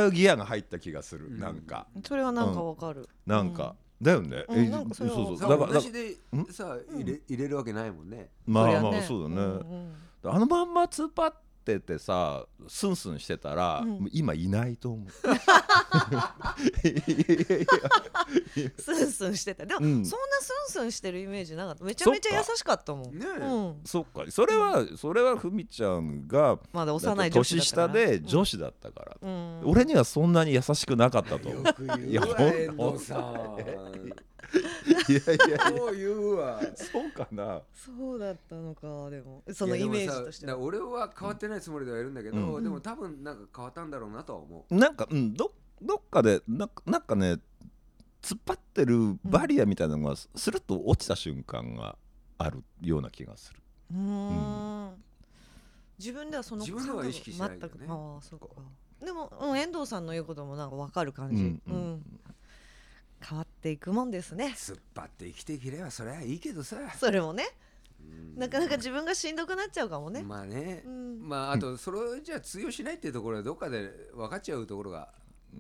A: うギアが入った気がする、
C: うん
A: なんか
B: それはなんかわかる、
A: なんか、だよね、
B: うん
A: え
B: なんかそ
A: そうそ
B: れは
A: う
C: さ
A: だから
C: 同
A: だか
C: じで
A: ん
C: さ入れ入れるわけないもんね。
A: らま
B: り
A: あ
B: ゃ
A: まあそうだね、
B: ん
A: あのまんま突っ張っててさスンスンしてたら、
B: うん
A: もう今いないと
B: <laughs>
A: 思う <laughs>
B: うんスンスンしてたでも、
A: うん
B: そんなスンスンしてるイメージなかっためちゃめちゃ優しかったもん、
C: ねえ
B: うん、
A: そっかそれはそれはふみちゃんが
B: まだ幼い女子
A: 年
B: だ
A: 下
B: ったから
A: で女子だったから、
B: うん、
A: 俺にはそんなに優しくなかったと思う
C: よく言
A: いや
C: うわ
A: ほん
C: 遠藤さん。
A: いやいや
C: そう言うわ。
A: そうかな
B: そうだったのかでもそのイメージとして
C: いやでもさだから俺は変わってないつもりではいるんだけど、
A: うん
C: でも多分なんか変わったんだろうなとは思う。
A: なんかうんどどっかでなんかなんかね突っ張ってるバリアみたいなのがスルッと落ちた瞬間があるような気がする
B: うーん自分ではその
C: 自分では意識しないけどね
B: 全くああそうかでも、うん、遠藤さんの言うこともなんかわかる感じ、
A: うん
B: うん変わっていくもんですね <laughs>
C: 突っ張って生きていければそれはいいけどさ。
B: それもね
C: うん
B: なかなか自分がしんどくなっちゃうかもね、
C: まあね。
B: うん
C: まああとそれじゃ通用しないっていうところはどっかで分かっちゃうところが。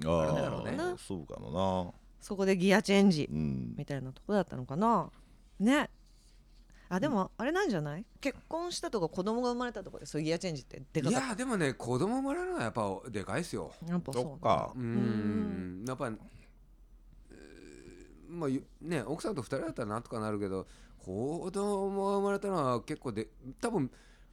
A: あ
C: あれ
A: あ
C: だろうね
A: そうかも
B: そこでギアチェンジ
A: なうん
B: みたいなとこだったのかなねあでもあれなんじゃない結婚したとか子供が生まれたとかでそういうギアチェンジってでか
C: い
B: かっ
C: やでもね子供生まれるのはやっぱでかいですよ。
B: たやっぱそう
A: そっか
C: うんんやっぱ、えーまあゆね奥さんと二人だったらなんとかなるけど子供が生まれたのは結構で多分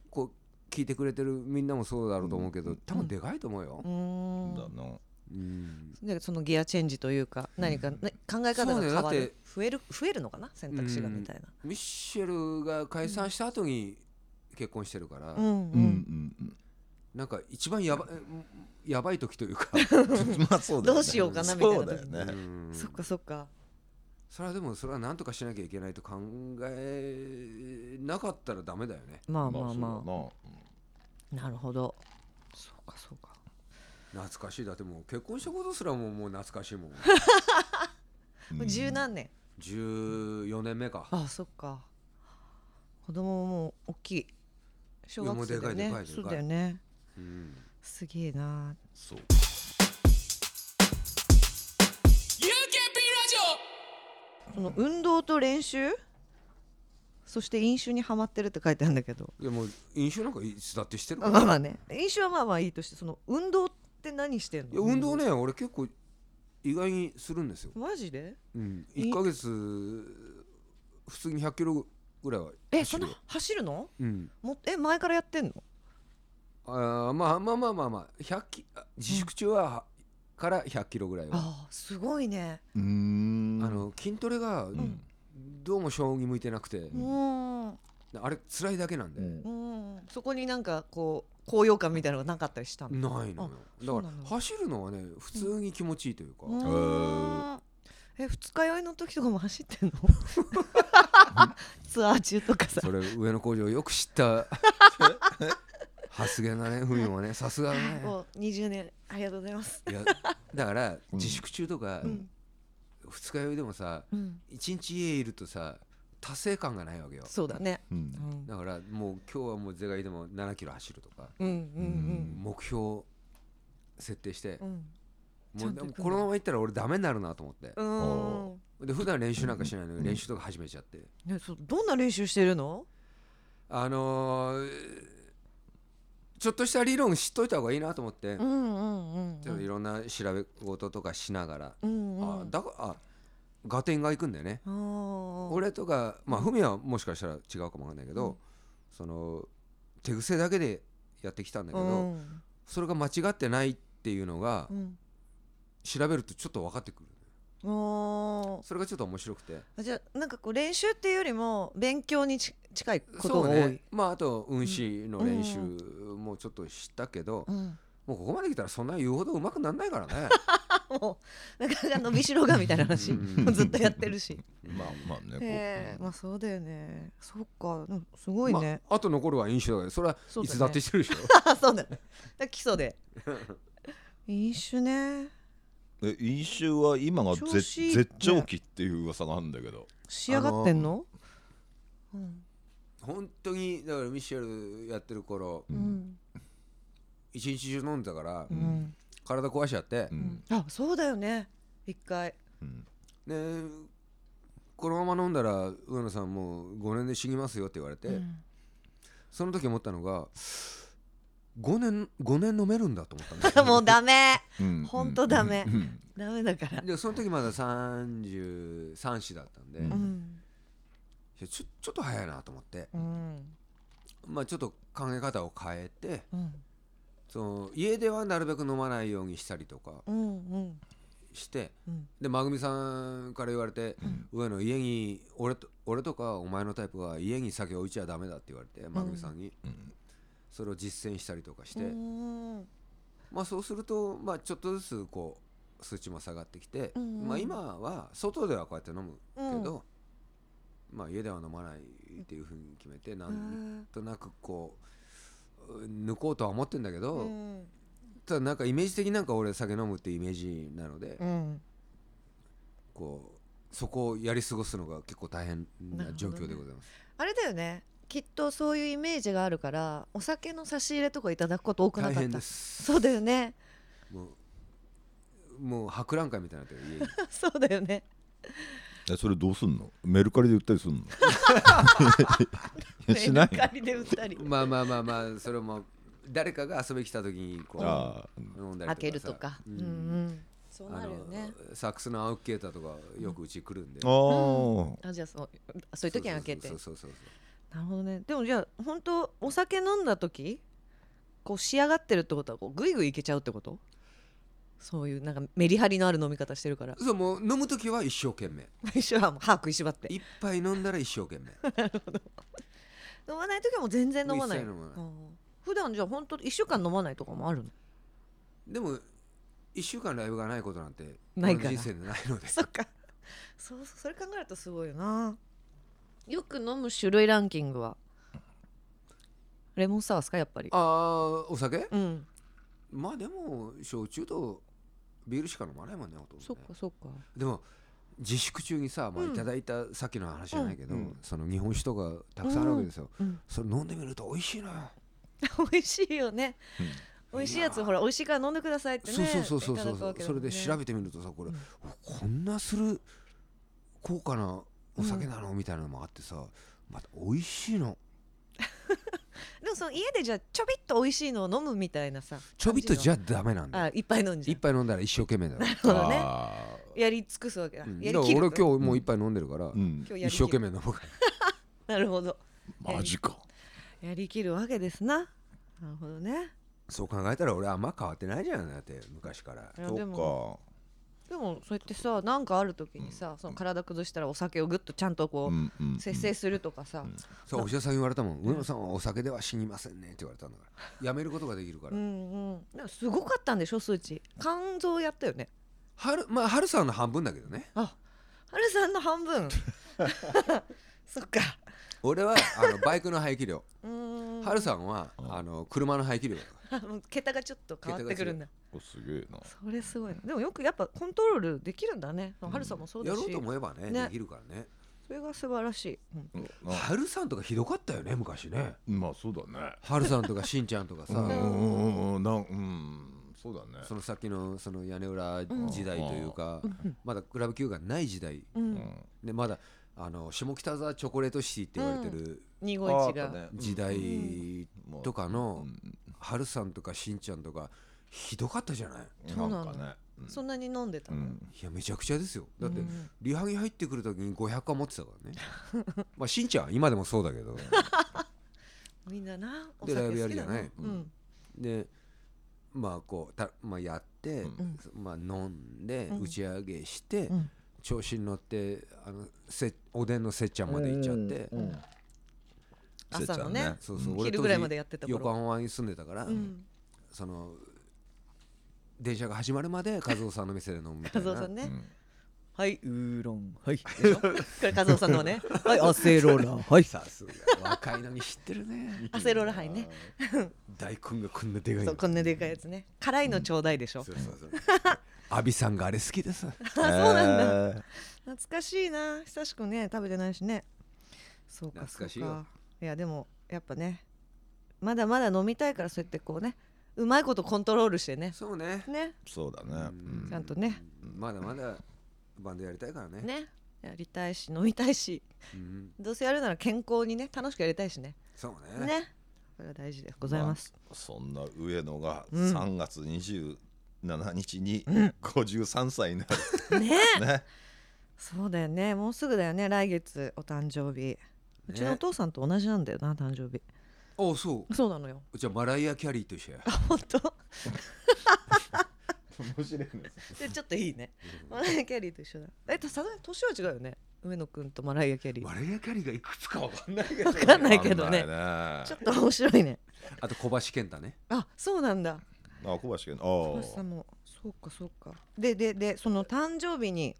C: こう聞いてくれてるみんなもそうだろうと思うけど、多分でかいと思うよ
B: う。ん
A: だな
C: うん
B: なんかそのギアチェンジというか何か、ね考え方が変わ
C: そうねだっ
B: る
C: て
B: 増える増えるのかな選択肢がみたいな。
C: ミッシェルが解散した後に結婚してるから、
B: うん
A: うん
C: なんか一番やばいやばい時というか、
A: うんうんまあそうだよね
B: どうしようかなみたいな
A: そうだよね
C: うん
B: そっかそっか。
C: それはでもそれは何とかしなきゃいけないと考えなかったらダメだよね
B: まあまあまあ。
A: あ
B: なるほど。そうかそうか。
C: 懐かしいだってもう結婚したことすらもうもう懐かしい
B: <laughs>
C: もん
A: うん
B: もう十何年。
C: 14年目か
B: あそっか。子供ももう大きい。小学生だよ
C: いや
B: ね
C: もうでかいでかい。で
B: そ
C: かいう
B: だよね。
C: うん
B: すげえな。
A: そう
D: UKP
B: その運動と練習。そして飲酒にはまってるって書いてあるんだけど。
C: いやもう飲酒なんかいつだってしてるか
B: まあ
C: ら
B: まあまあね。飲酒はまあまあいいとして、その運動って何してんの。
C: いや運動ね俺結構意外にするんですよ、
B: マジで。
C: うん、
B: い
C: 1か月普通に100キロぐらいは
B: え、
C: 走
B: そ
C: る
B: の
C: よ
B: 走るの。
C: うん、
B: も、え、前からやってんの。
C: あーまあまあまあまあまあ100キあ自粛中は、から100キロぐらいは
B: ああ、すごいね。
A: うーん
C: あの筋トレが
A: ん
C: どうも将棋向いてなくて、
B: うん。
C: あれ辛いだけなんで、
A: うん
B: うん、そこになんかこう高揚感みたいなのがなかったりしたの
C: ないの
B: そ
C: よ
B: う
C: だ
B: な
C: か
B: の
C: ら走るのはね普通に気持ちいいというか、
B: うーんえ二日酔いの時とかも走ってん
C: <laughs>
B: のツアー中とかさ
C: それ上野工場よく知った
B: <laughs>
C: 発言だね文もねさすが
B: <laughs>
C: だね
B: もう20年ありがとうございます、
C: いやだから自粛中とか、
B: うん
C: 二日酔いでもさ
B: うん、
C: 一日家いるとさ達成感がないわけよ
B: そうだね、
A: う
B: うんん、
C: だからもう今日はもう是が非でも7キロ走るとか、
B: うんうん
C: 目標設定して、
B: うんうんち
C: も
B: ゃ
C: うん
B: と
C: で
B: 行くんだ
C: もこのままいったら俺ダメになるなと思って
B: う、ーん
C: で普段練習なんかしないのに練習とか始めちゃって、
B: ね、そうどんな練習してるの
C: あのーちょっとした理論知っといた方がいいなと思って、
B: うんうんうん
C: ちょっといろんな調べ事とかしながら、
B: うんうん
C: あだからあ合点がいくんだよね、
B: あー
C: 俺とかまあ文はもしかしたら違うかもわかんないけど、
B: うん
C: その手癖だけでやってきたんだけど、
B: うん
C: それが間違ってないっていうのが
B: うん
C: 調べるとちょっと分かってくる
B: おー
C: それがちょっと面白くて
B: あじゃあなんかこう練習っていうよりも勉強にち近いことが多い
C: そうねまああと運指の練習もちょっとしたけど、
B: うん <laughs>
C: もうここまで来たらそんな言うほど上手くならないからね
B: もうなかなか伸びしろがみたいな話
C: うん
B: <laughs> もうずっとやってる
C: <laughs>
B: し。
A: まあまあね
B: ええまあそうだよね。そっか、でもすごいね。
C: まあ、あと残るは飲酒だからそれは
B: そう
C: い
B: だね
C: つだってしてるでしょ <laughs>
B: あ、 <laughs> そうだね。だから基礎で。飲酒ね。
A: こうえ飲酒は今がぜ
B: 調子いいね
A: 絶頂期っていう噂なんだけど
B: 仕上がってんの？うん
C: 本当にだからミシェルやってる頃
B: うん
C: 一日中飲んでたから、
B: うん。
C: 体壊しちゃって
A: う、ん
B: あ、そうだよね。一回。
A: うん
C: でこのまま飲んだら上野さんもう5年で死にますよって言われて、
B: うん
C: その時思ったのが5年5年飲めるんだと思ったんです
B: <laughs>
C: よ
B: もうダメ。
A: うん
B: 本当ダメ
A: うんうん
B: ダメだから。
C: でその時まだ33歳だったんで、
A: うん
B: うん
C: いやちょちょっと早いなと思って、
B: うん
C: まあ、ちょっと考え方を変えて
B: うん
C: その家ではなるべく飲まないようにしたりとか
B: うんうん
C: して
B: うん
C: でまぐみさんから言われて、上野家に俺と俺とかお前のタイプは家に酒置いちゃダメだって言われてまぐみさんに、
A: ん
C: それを実践したりとかして、
B: うん
C: まあ、そうすると、まあ、ちょっとずつこう数値も下がってきて、
B: うんうん
C: まあ、今は外ではこうやって飲むけど、まあ、家では飲まないっていうふうに決めてな
B: うんん
C: となくこううん抜こうとは思ってんだけど、
B: うん
C: ただなんかイメージ的になんか俺酒飲むってイメージなので、
B: うん
C: こうそこをやり過ごすのが結構大変な状況でございます。
B: あれだよねきっとそういうイメージがあるからお酒の差し入れとかいただくこと多くなかっ
C: 大
B: た
C: 変です
B: そうだよね <laughs>
C: もうもう博覧会みたいになってる家に
B: そうだよね
A: えそれどうすんのメルカリで売ったりすんの
B: <laughs>
A: いやしない
B: メルカリで売った
C: <laughs>
B: り
C: まあまあまあまあそれも誰かが遊びに来た時にこう
A: ああ
C: 飲んだりとかさ
B: 開けるとか
C: う
B: うんんうんそうな
C: あ
B: るよね
C: のサックスの青木啓太とかよくうち来るんで、
A: あー
B: あじゃあそうそういう時は開けて
C: そうそうそうそう
B: なるほどねでもじゃあ本当お酒飲んだ時こう仕上がってるってことはこうグイグイいけちゃうってことそういうなんかメリハリのある飲み方してるから
C: そうもう飲む時は一生懸命
B: 一緒はもう歯食いしばって
C: 一杯飲んだら一生懸命
B: 飲まない時はもう全然飲まない
C: もう一切飲ま
B: う
C: ない
B: ん普段じゃあ本当一週間飲まないとかもあるの
C: でも1週間ライブがないことなんて
B: ないから
C: 俺の人生でないので
B: <laughs> そっかそうそれ考えるとすごいよなよく飲む種類ランキングはレモンサワーですかやっぱり
C: ああお酒
B: うん
C: まあでも焼酎とビールしか飲まないもんねほとんどね
B: そっかそっか
C: でも自粛中にさ、まあ、
B: うん
C: いただいたさっきの話じゃないけど、
A: うん
C: その日本酒とかたくさんあるわけですよ、
B: うんうん
C: それ飲んでみると美味しいのよ
B: <laughs> 美味しいよね、
C: うん
B: 美味しいやつほら美味しいから飲んでくださいってね
C: そうそうそうそうそ
B: いただくわ
C: う
B: けだ
C: そ
B: も
C: れ
B: んね
C: で調べてみるとさこれ、
B: うん
C: こんなする高価なお酒なのみたいなのもあってさまた美味しいの
B: でもその家でじゃあちょびっと美味しいのを飲むみたいなさ
C: ちょびっとじゃ
B: ゃ
C: ダメなんだよ
B: あいっぱい飲んじゃ
C: 一杯飲んだら一生懸命だよ、
B: うそうだね
A: あ
B: やり尽くすわけだ、
C: うん、だ
B: や
C: から
B: り
C: 俺
B: きる
C: 今日もう一杯飲んでるから、
A: ーうん
B: 今日やりき
C: 一生
B: る
C: 懸命飲むから
B: なるほど
A: マジか
B: やりきるわけですななるほどね
C: <laughs> そう考えたら俺あんま変わってないじゃんだって昔から
B: いや
A: そ
B: で
A: っ
B: も
A: か
B: でもそうやってさなんかある時にさ、その体崩したらお酒をぐっとちゃんと
A: う
B: こう、
A: んうんうん
B: 節制するとかさ、
C: そうお医者さんに言われたもん上野さんはお酒では死にませんねって言われたんだからやめることができるか
B: う
C: ら、
B: んうん、でもすごかったんでしょ数値肝臓やったよね
C: 春まあ春さんの半分だけどね
B: あ春さんの半
C: <laughs>
B: 分 <laughs> そっか
C: 俺は
B: <laughs>
C: あのバイクの排気量
B: うーん
C: 春さんはあの車の排気量だから
B: あもう桁がちょっと変わってくるんだ
A: おすげえな
B: それすごいなでもよくやっぱコントロールできるんだね春さんもそうだ
C: や
B: し、
C: ろうと思えばね
B: ね
C: できるからね
B: それが素晴らしい、うん
A: うんあ
C: 春さんとかひどかったよね昔ね
A: まあそうだね
C: 春さんとかしんちゃんとか
A: うんう
C: さ
A: んうんうんなんうんそうだね
C: その先のその屋根裏時代というか、まだクラブ級がない時代
B: う、
A: うんん
C: でまだあの下北沢チョコレートシティって言われてる
B: 251
A: ああ
B: が、
A: ったね
C: 時代
A: もう
C: とかの
A: ん
C: 春さんとかしんちゃんとかひどかったじゃない
B: そうなんだ
A: かねうん
B: そんなに飲んでた
A: う
B: の、
A: ん
C: いやめちゃくちゃですよだって
B: うん
C: リハに入ってくる時に500は持って
B: <laughs>
C: たからねまあしんちゃんは今でもそうだけど
B: みんななお
C: でライ
B: 酒
C: ブや
B: 好
C: る
B: き
C: じゃ
B: だ
C: な
B: ないうん
C: でまあこうた、まあ、やって、
A: うん
C: まあ、飲んで
B: うん
C: 打ち上げして、
B: うん
C: 調子に乗ってあのせおでんのせっちゃんまで行っちゃって、
B: 朝のね
C: そうそう、
A: うん
C: 俺
B: 昼
C: 当
B: ぐ
C: 時
B: らいまでやってた頃
C: 横浜に住んでたから、
B: うん
C: その電車が始まるまで和夫さんの店で飲むみた
B: 和
C: いな
B: 夫さんね、
A: うん
B: はい、ウーロン、はい。これ和夫さんの
C: <laughs>
B: ね、はい、アセロラ、はい。
C: さすが若いのに知ってるね
B: アセロラ杯ね。
C: 大根がこんなでか
B: そ
C: いの
B: う、こんなでかいやつね。辛いのちょうだいでしょ。
C: そうそうそう阿ビさんがあれ好
B: <laughs>
C: きです
A: そうなんだ
B: 懐かしいな、久しくね、食べてないしね。そうか、
C: 懐かしい
B: そう
C: よ
B: か。いや、でも、やっぱね、まだまだ飲みたいから、そうやってこうね、うまいことコントロールしてね。
C: <laughs> そうね
B: ね、
A: そうだねう
C: うん
B: ちゃんとね、
C: まだまだバンドやりたいからね
B: ね、やりたいし、飲みたいし、
C: うん
B: どうせやるなら健康にね、楽しくやりたいしね。
C: そうね
B: ね、これは大事でございます。
A: あそんな上野が
B: うん
A: 3月27日に53歳になる
B: ね。 <laughs>
A: ね
B: そうだよねもうすぐだよね来月お誕生日、うちのお父さんと同じなんだよな誕生日
C: おそ
B: <laughs> そうなのよ
C: うじゃあマライア・キャリーと一緒や
B: 本 <laughs> 当
A: 面白いね
B: でちょっといいねマライア・キャリーと一緒だえたさすがに年は違うよね上野くんとマライア・キャリー
C: マライア・キャリーがいくつかわかんない
B: <laughs>
C: けど
B: わかんないけどね
A: わかんないね
B: ちょっと面白いね
C: あと小橋健太ね
B: あそうなん
A: あ
B: だ
A: 小橋君あ
B: 高橋さ
A: ー
B: んもそうかそうかでででその誕生日に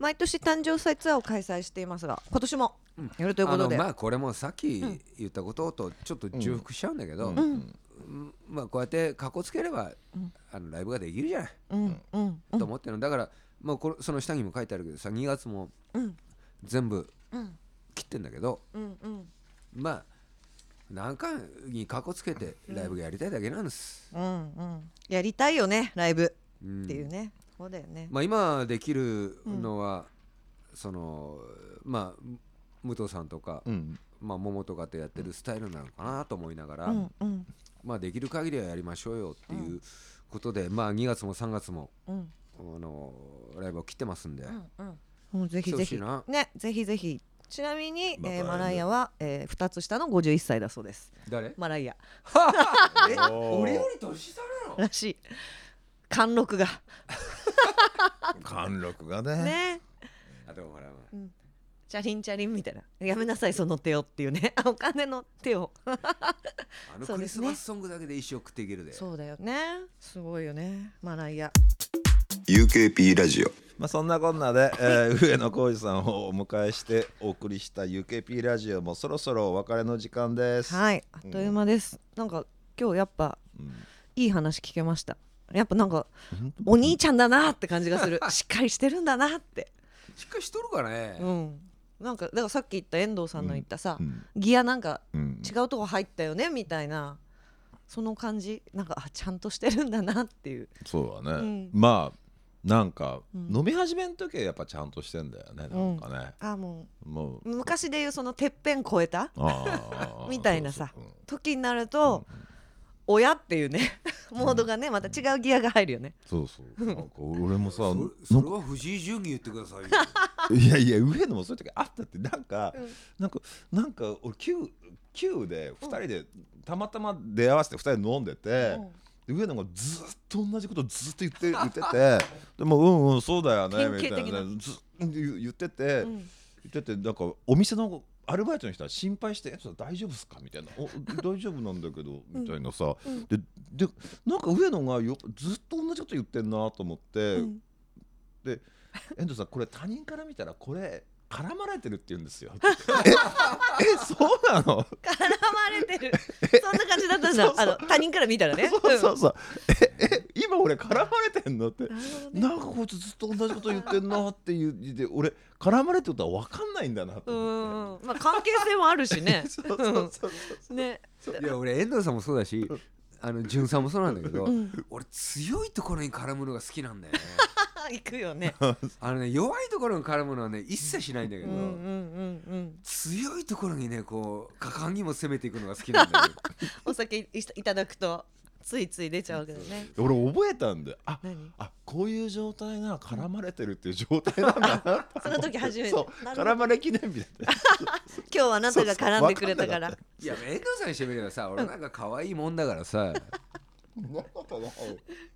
B: 毎年誕生祭ツアーを開催していますが今年もやるということで、
C: あのまあこれもさっき言ったこととちょっと重複しちゃうんだけど、
A: うん
C: うんまあこうやってかっこつければ、あのライブができるじゃない、
B: うんうんう
C: と
B: ん
C: 思ってるのだから、まあ、これその下にも書いてあるけどさ2月も
B: うん
C: 全部
B: うん
C: 切ってんだけど、
B: うんうん
C: まあ何回にかっこつけてライブがやりたいだけなんです、
B: うんうんやりたいよねライブ
C: うん
B: っていうね、そうだよね、
C: まあ、今できるのは、そのまあ武藤さんとか、
A: うん
C: まあ、桃とかとやってるスタイルなのかなと思いながら、
B: うんうん
C: まあ、できる限りはやりましょうよっていうことで、まあ、2月も3月も
B: うん
C: あのライブを切ってますんで、
B: うんもうぜひぜ
C: 来てほしい
B: ひ
C: な
B: ねぜひぜひちなみに、
A: また
B: えーマライアは、えー、2つ下の51歳だそうです
C: 誰
B: マライア
C: え
A: おー
C: 俺より年下なの
B: らしい貫禄が
A: 貫禄がね
B: ね
C: あでもほらまあ
B: チャリンチャリンみたいなやめなさいその手をっていうね <laughs> お金の手を
C: あの
B: そう
C: ク
B: で
C: リ
B: す
C: ス
B: ね
C: マスソングだけで一生食っていけるで
B: そうだよねすごいよねマライア
E: UKP ラジオ
A: まあ、そんなこんなで、えー上野浩二さんをお迎えしてお送りした UKP ラジオもそろそろお別れの時間です。
B: はいあっという間です、なんか今日やっぱ
A: うん
B: いい話聞けましたやっぱなんかお兄ちゃんだなって感じ
A: <laughs>
B: がするしっかりしてるんだなって
C: しっかりしとるかね
B: うんなんかだからさっき言った遠藤さんの言ったさ、
A: うん
B: ギアなんか
A: うん
B: 違うとこ入ったよねみたいなその感じなんかあちゃんとしてるんだなっていう
A: そうだね、
B: うん
A: まあなんか、
B: うん
A: 飲み始めの時はやっぱちゃんとしてんだよねなんかね、
B: あも
A: もう
B: う昔でいうそのてっぺん越えた
A: あー
B: <laughs> みたいなさ
A: そうそう
B: 時になると、親っていうね <laughs> モードがねまた違うギアが入るよね、
A: そうそうなんか俺もさ
C: <laughs> そ
A: なん
C: それは藤井純に言ってくださいよ
A: いやいや上野もそういう時あったってなんか、
B: うん
A: なんかなんか俺 Q, Q で2人でたまたま出会わせて2人で飲んでて、で上野がずっと同じことずっと言っ
B: <laughs>
A: て言っててでもうんうんそうだよねみた
B: 典型
A: い
B: 的
A: な
B: な
A: ずっ言言ってて、
B: うん
A: 言っててなんかお店のアルバイトの人は心配して「えそれ大丈夫っすか?」みたいな「
B: <laughs>
A: お大丈夫なんだけど」みたいなさ、
B: うん
A: ででなんか上野がよずっと同じこと言ってんなと思って、
B: うん
A: で「遠藤さんこれ他人から見たらこれ絡まれてるって言うんです
B: <laughs>
A: よ」ええそうなの?
B: 絡ま
A: <laughs>
B: れてるそんな感じだったんだあの他人から見たら」ね
A: そうそうそう「ええ今俺絡まれてんの?」って
B: うんな
A: な
B: るほどね
A: んかこいつずっと同じこと言ってんなっていうで俺絡まれてることは分かんないんだな
B: う
A: と思って。
B: んまあ関係性もあるし <laughs> ね
A: そうそうそうそう
B: ね
C: いや俺遠藤さんもそうだしあの純さんもそうなんだけど、
B: うん
C: 俺強いところに絡むのが好きな
B: <laughs>
C: んだよね
B: 行くよね
C: あのね弱いところに絡むのはね一切しないんだけ
B: うん
C: ど、
B: うんうんうん
C: 強いところにねこう果敢にも攻めていくのが好きな
B: <laughs>
C: んだよ
B: お酒いいただくとついつい出ちゃうわけだね
A: 俺覚えたんであ
B: 何
A: あこういう状態な絡まれてるっていう状態なんだな
B: <laughs> その時初めて
A: そう
B: なるほど
A: 絡まれ記念日だった
B: 今日はあなたが絡んでくれたから
A: そう
C: いや遠藤さんにしてみればさ俺なんか可愛いもんだからさ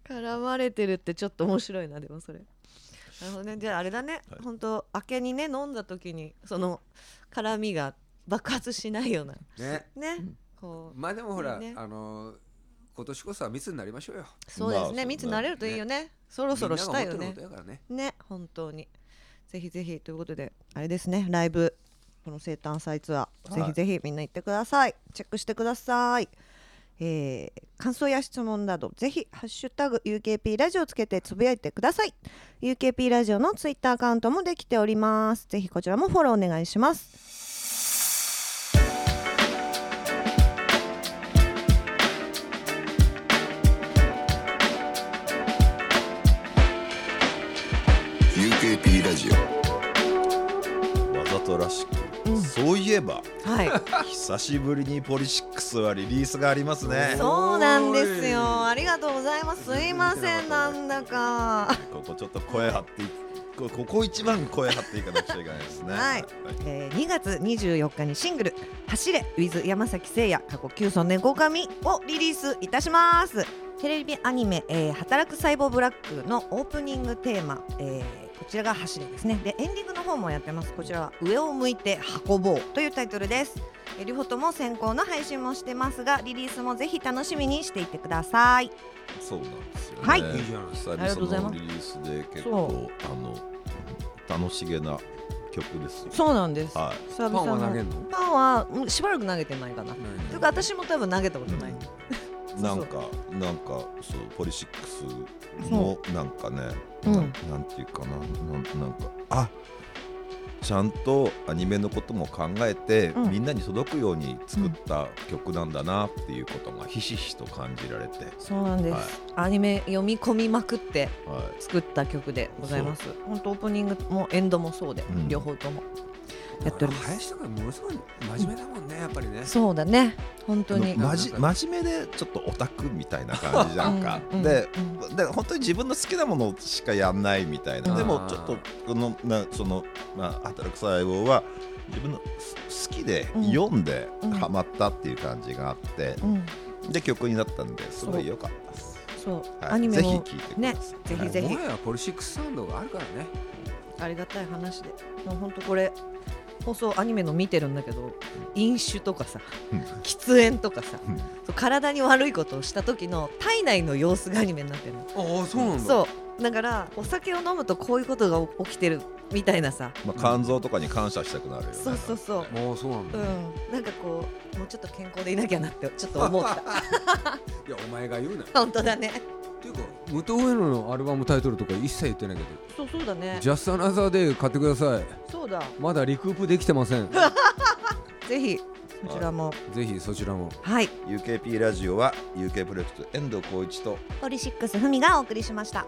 B: 絡まれてるってちょっと面白いなでもそれなるほどねじゃああれだね、
A: はい
B: 本当明けにね飲んだ時にその絡みが爆発しないような
C: ね
B: ね、こう
C: まあでもほら、
B: いいね
C: あの今年こそは密になりましょうよ
B: そうです
A: ま
B: ね
A: あ
B: 密になれるといいよねそろそろしたいよ
C: みんなが思
B: ね
C: ってることやからね
B: ね本当にぜひぜひということであれですねライブこの生誕祭ツアー、
A: はい
B: ぜひぜひみんな行ってくださいチェックしてください、えー感想や質問などぜひハッシュタグ UKP ラジオつけてつぶやいてください UKP ラジオのツイッターアカウントもできておりますぜひこちらもフォローお願いします
E: UKP ラジオ
A: わざとらしく、そういえば
B: はい
A: 久しぶりにポリシックスはリリースがありますね
B: <laughs> そうなんです
C: お
B: よ
C: ー
B: ありがとうございますすいませんなんだか
A: ここちょっと声張っていこここ一番声張っていかなくちゃいけないですね
B: はいえー2月24日にシングル「走れ with 山崎誠也過去9層猫髪」をリリースいたしますテレビアニメ、えー働く細胞ブラック」のオープニングテーマ、えーこちらが「走れ」ですねでエンディングの方もやってますこちらは「上を向いて運ぼう」というタイトルですえー両方とも先行の配信もしてますがリリースもぜひ楽しみにしていてください
A: そうなんですよね、
B: はい
C: いいじゃない
A: 久
B: ありがとうござい
A: 々
B: ま
A: の
B: す
A: リリースで結
B: そ
A: 構あの楽しげな曲ですよ
B: そうなんです
A: は
B: 久
C: パンは投げ
B: の
C: んの
B: パンはうんしばらく投げてないかなと
C: ない
B: いうか私も多分投げたこと <laughs> ない、
A: いなんかなんかそうポリシックスのなんかね、
B: うん
A: なんなんていうかななんなんかあちゃんとアニメのことも考えて、
B: うん
A: みんなに届くように作った曲なんだなっていうことがひしひしと感じられて、
B: そうなんです、
A: はい
B: アニメ読み込みまくって
A: は
B: 作った曲でございます本当オープニングもエンドもそうで、
A: うん
B: 両方ともやっております
C: 林とかものすごい真面目だもんねやっぱりね
B: そうだね本当に、
A: あのまじ真面目でちょっとオタクみたいな感じじゃんか
B: うんうん
A: で
B: うん
A: で本当に自分の好きなものしかやんないみたいな、
C: うん
A: でもちょっとこのなその、まあ、働く細胞は自分のす好きで、
B: うん
A: 読んで
B: うん
A: ハマったっていう感じがあって、
B: うん
A: で曲になったんですごい良かったです、
B: そう
A: はい、
B: アニメ
A: ぜひ
B: も
A: 聴いてく
B: ね
A: ださい、
B: ぜひぜひ
C: もはやポリシックスサウンドがあるからね
B: ありがたい話でもう本当これ放送アニメの見てるんだけど飲酒とかさ
A: うん
B: 喫煙とかさ
A: うん
B: そう体に悪いことをした時の体内の様子がアニメになってるの
C: ああそうなんだ
B: そうだからお酒を飲むとこういうことが起きてるみたいなさ
A: まあ、肝臓とかに感謝したくなるよね
B: そうそうそう
C: ああそうなん
B: う
C: だ、
B: ん
C: い
B: なんかこうもうちょっと健康でいなきゃなってちょっと思った
C: やお前が言うな
B: 本当だね
C: っていうか武藤上野のアルバムタイトルとか一切言ってないけど
B: そうそうだね
C: 「Just Another Day」買ってください
B: そうだ
C: まだリクープできて
B: <laughs>
C: ません
B: ぜひこちらも
C: ぜひそちらも
B: はい、
A: UKP ラジオは UK プロジェクト遠藤浩一と
B: ポリシックスふみがお送りしました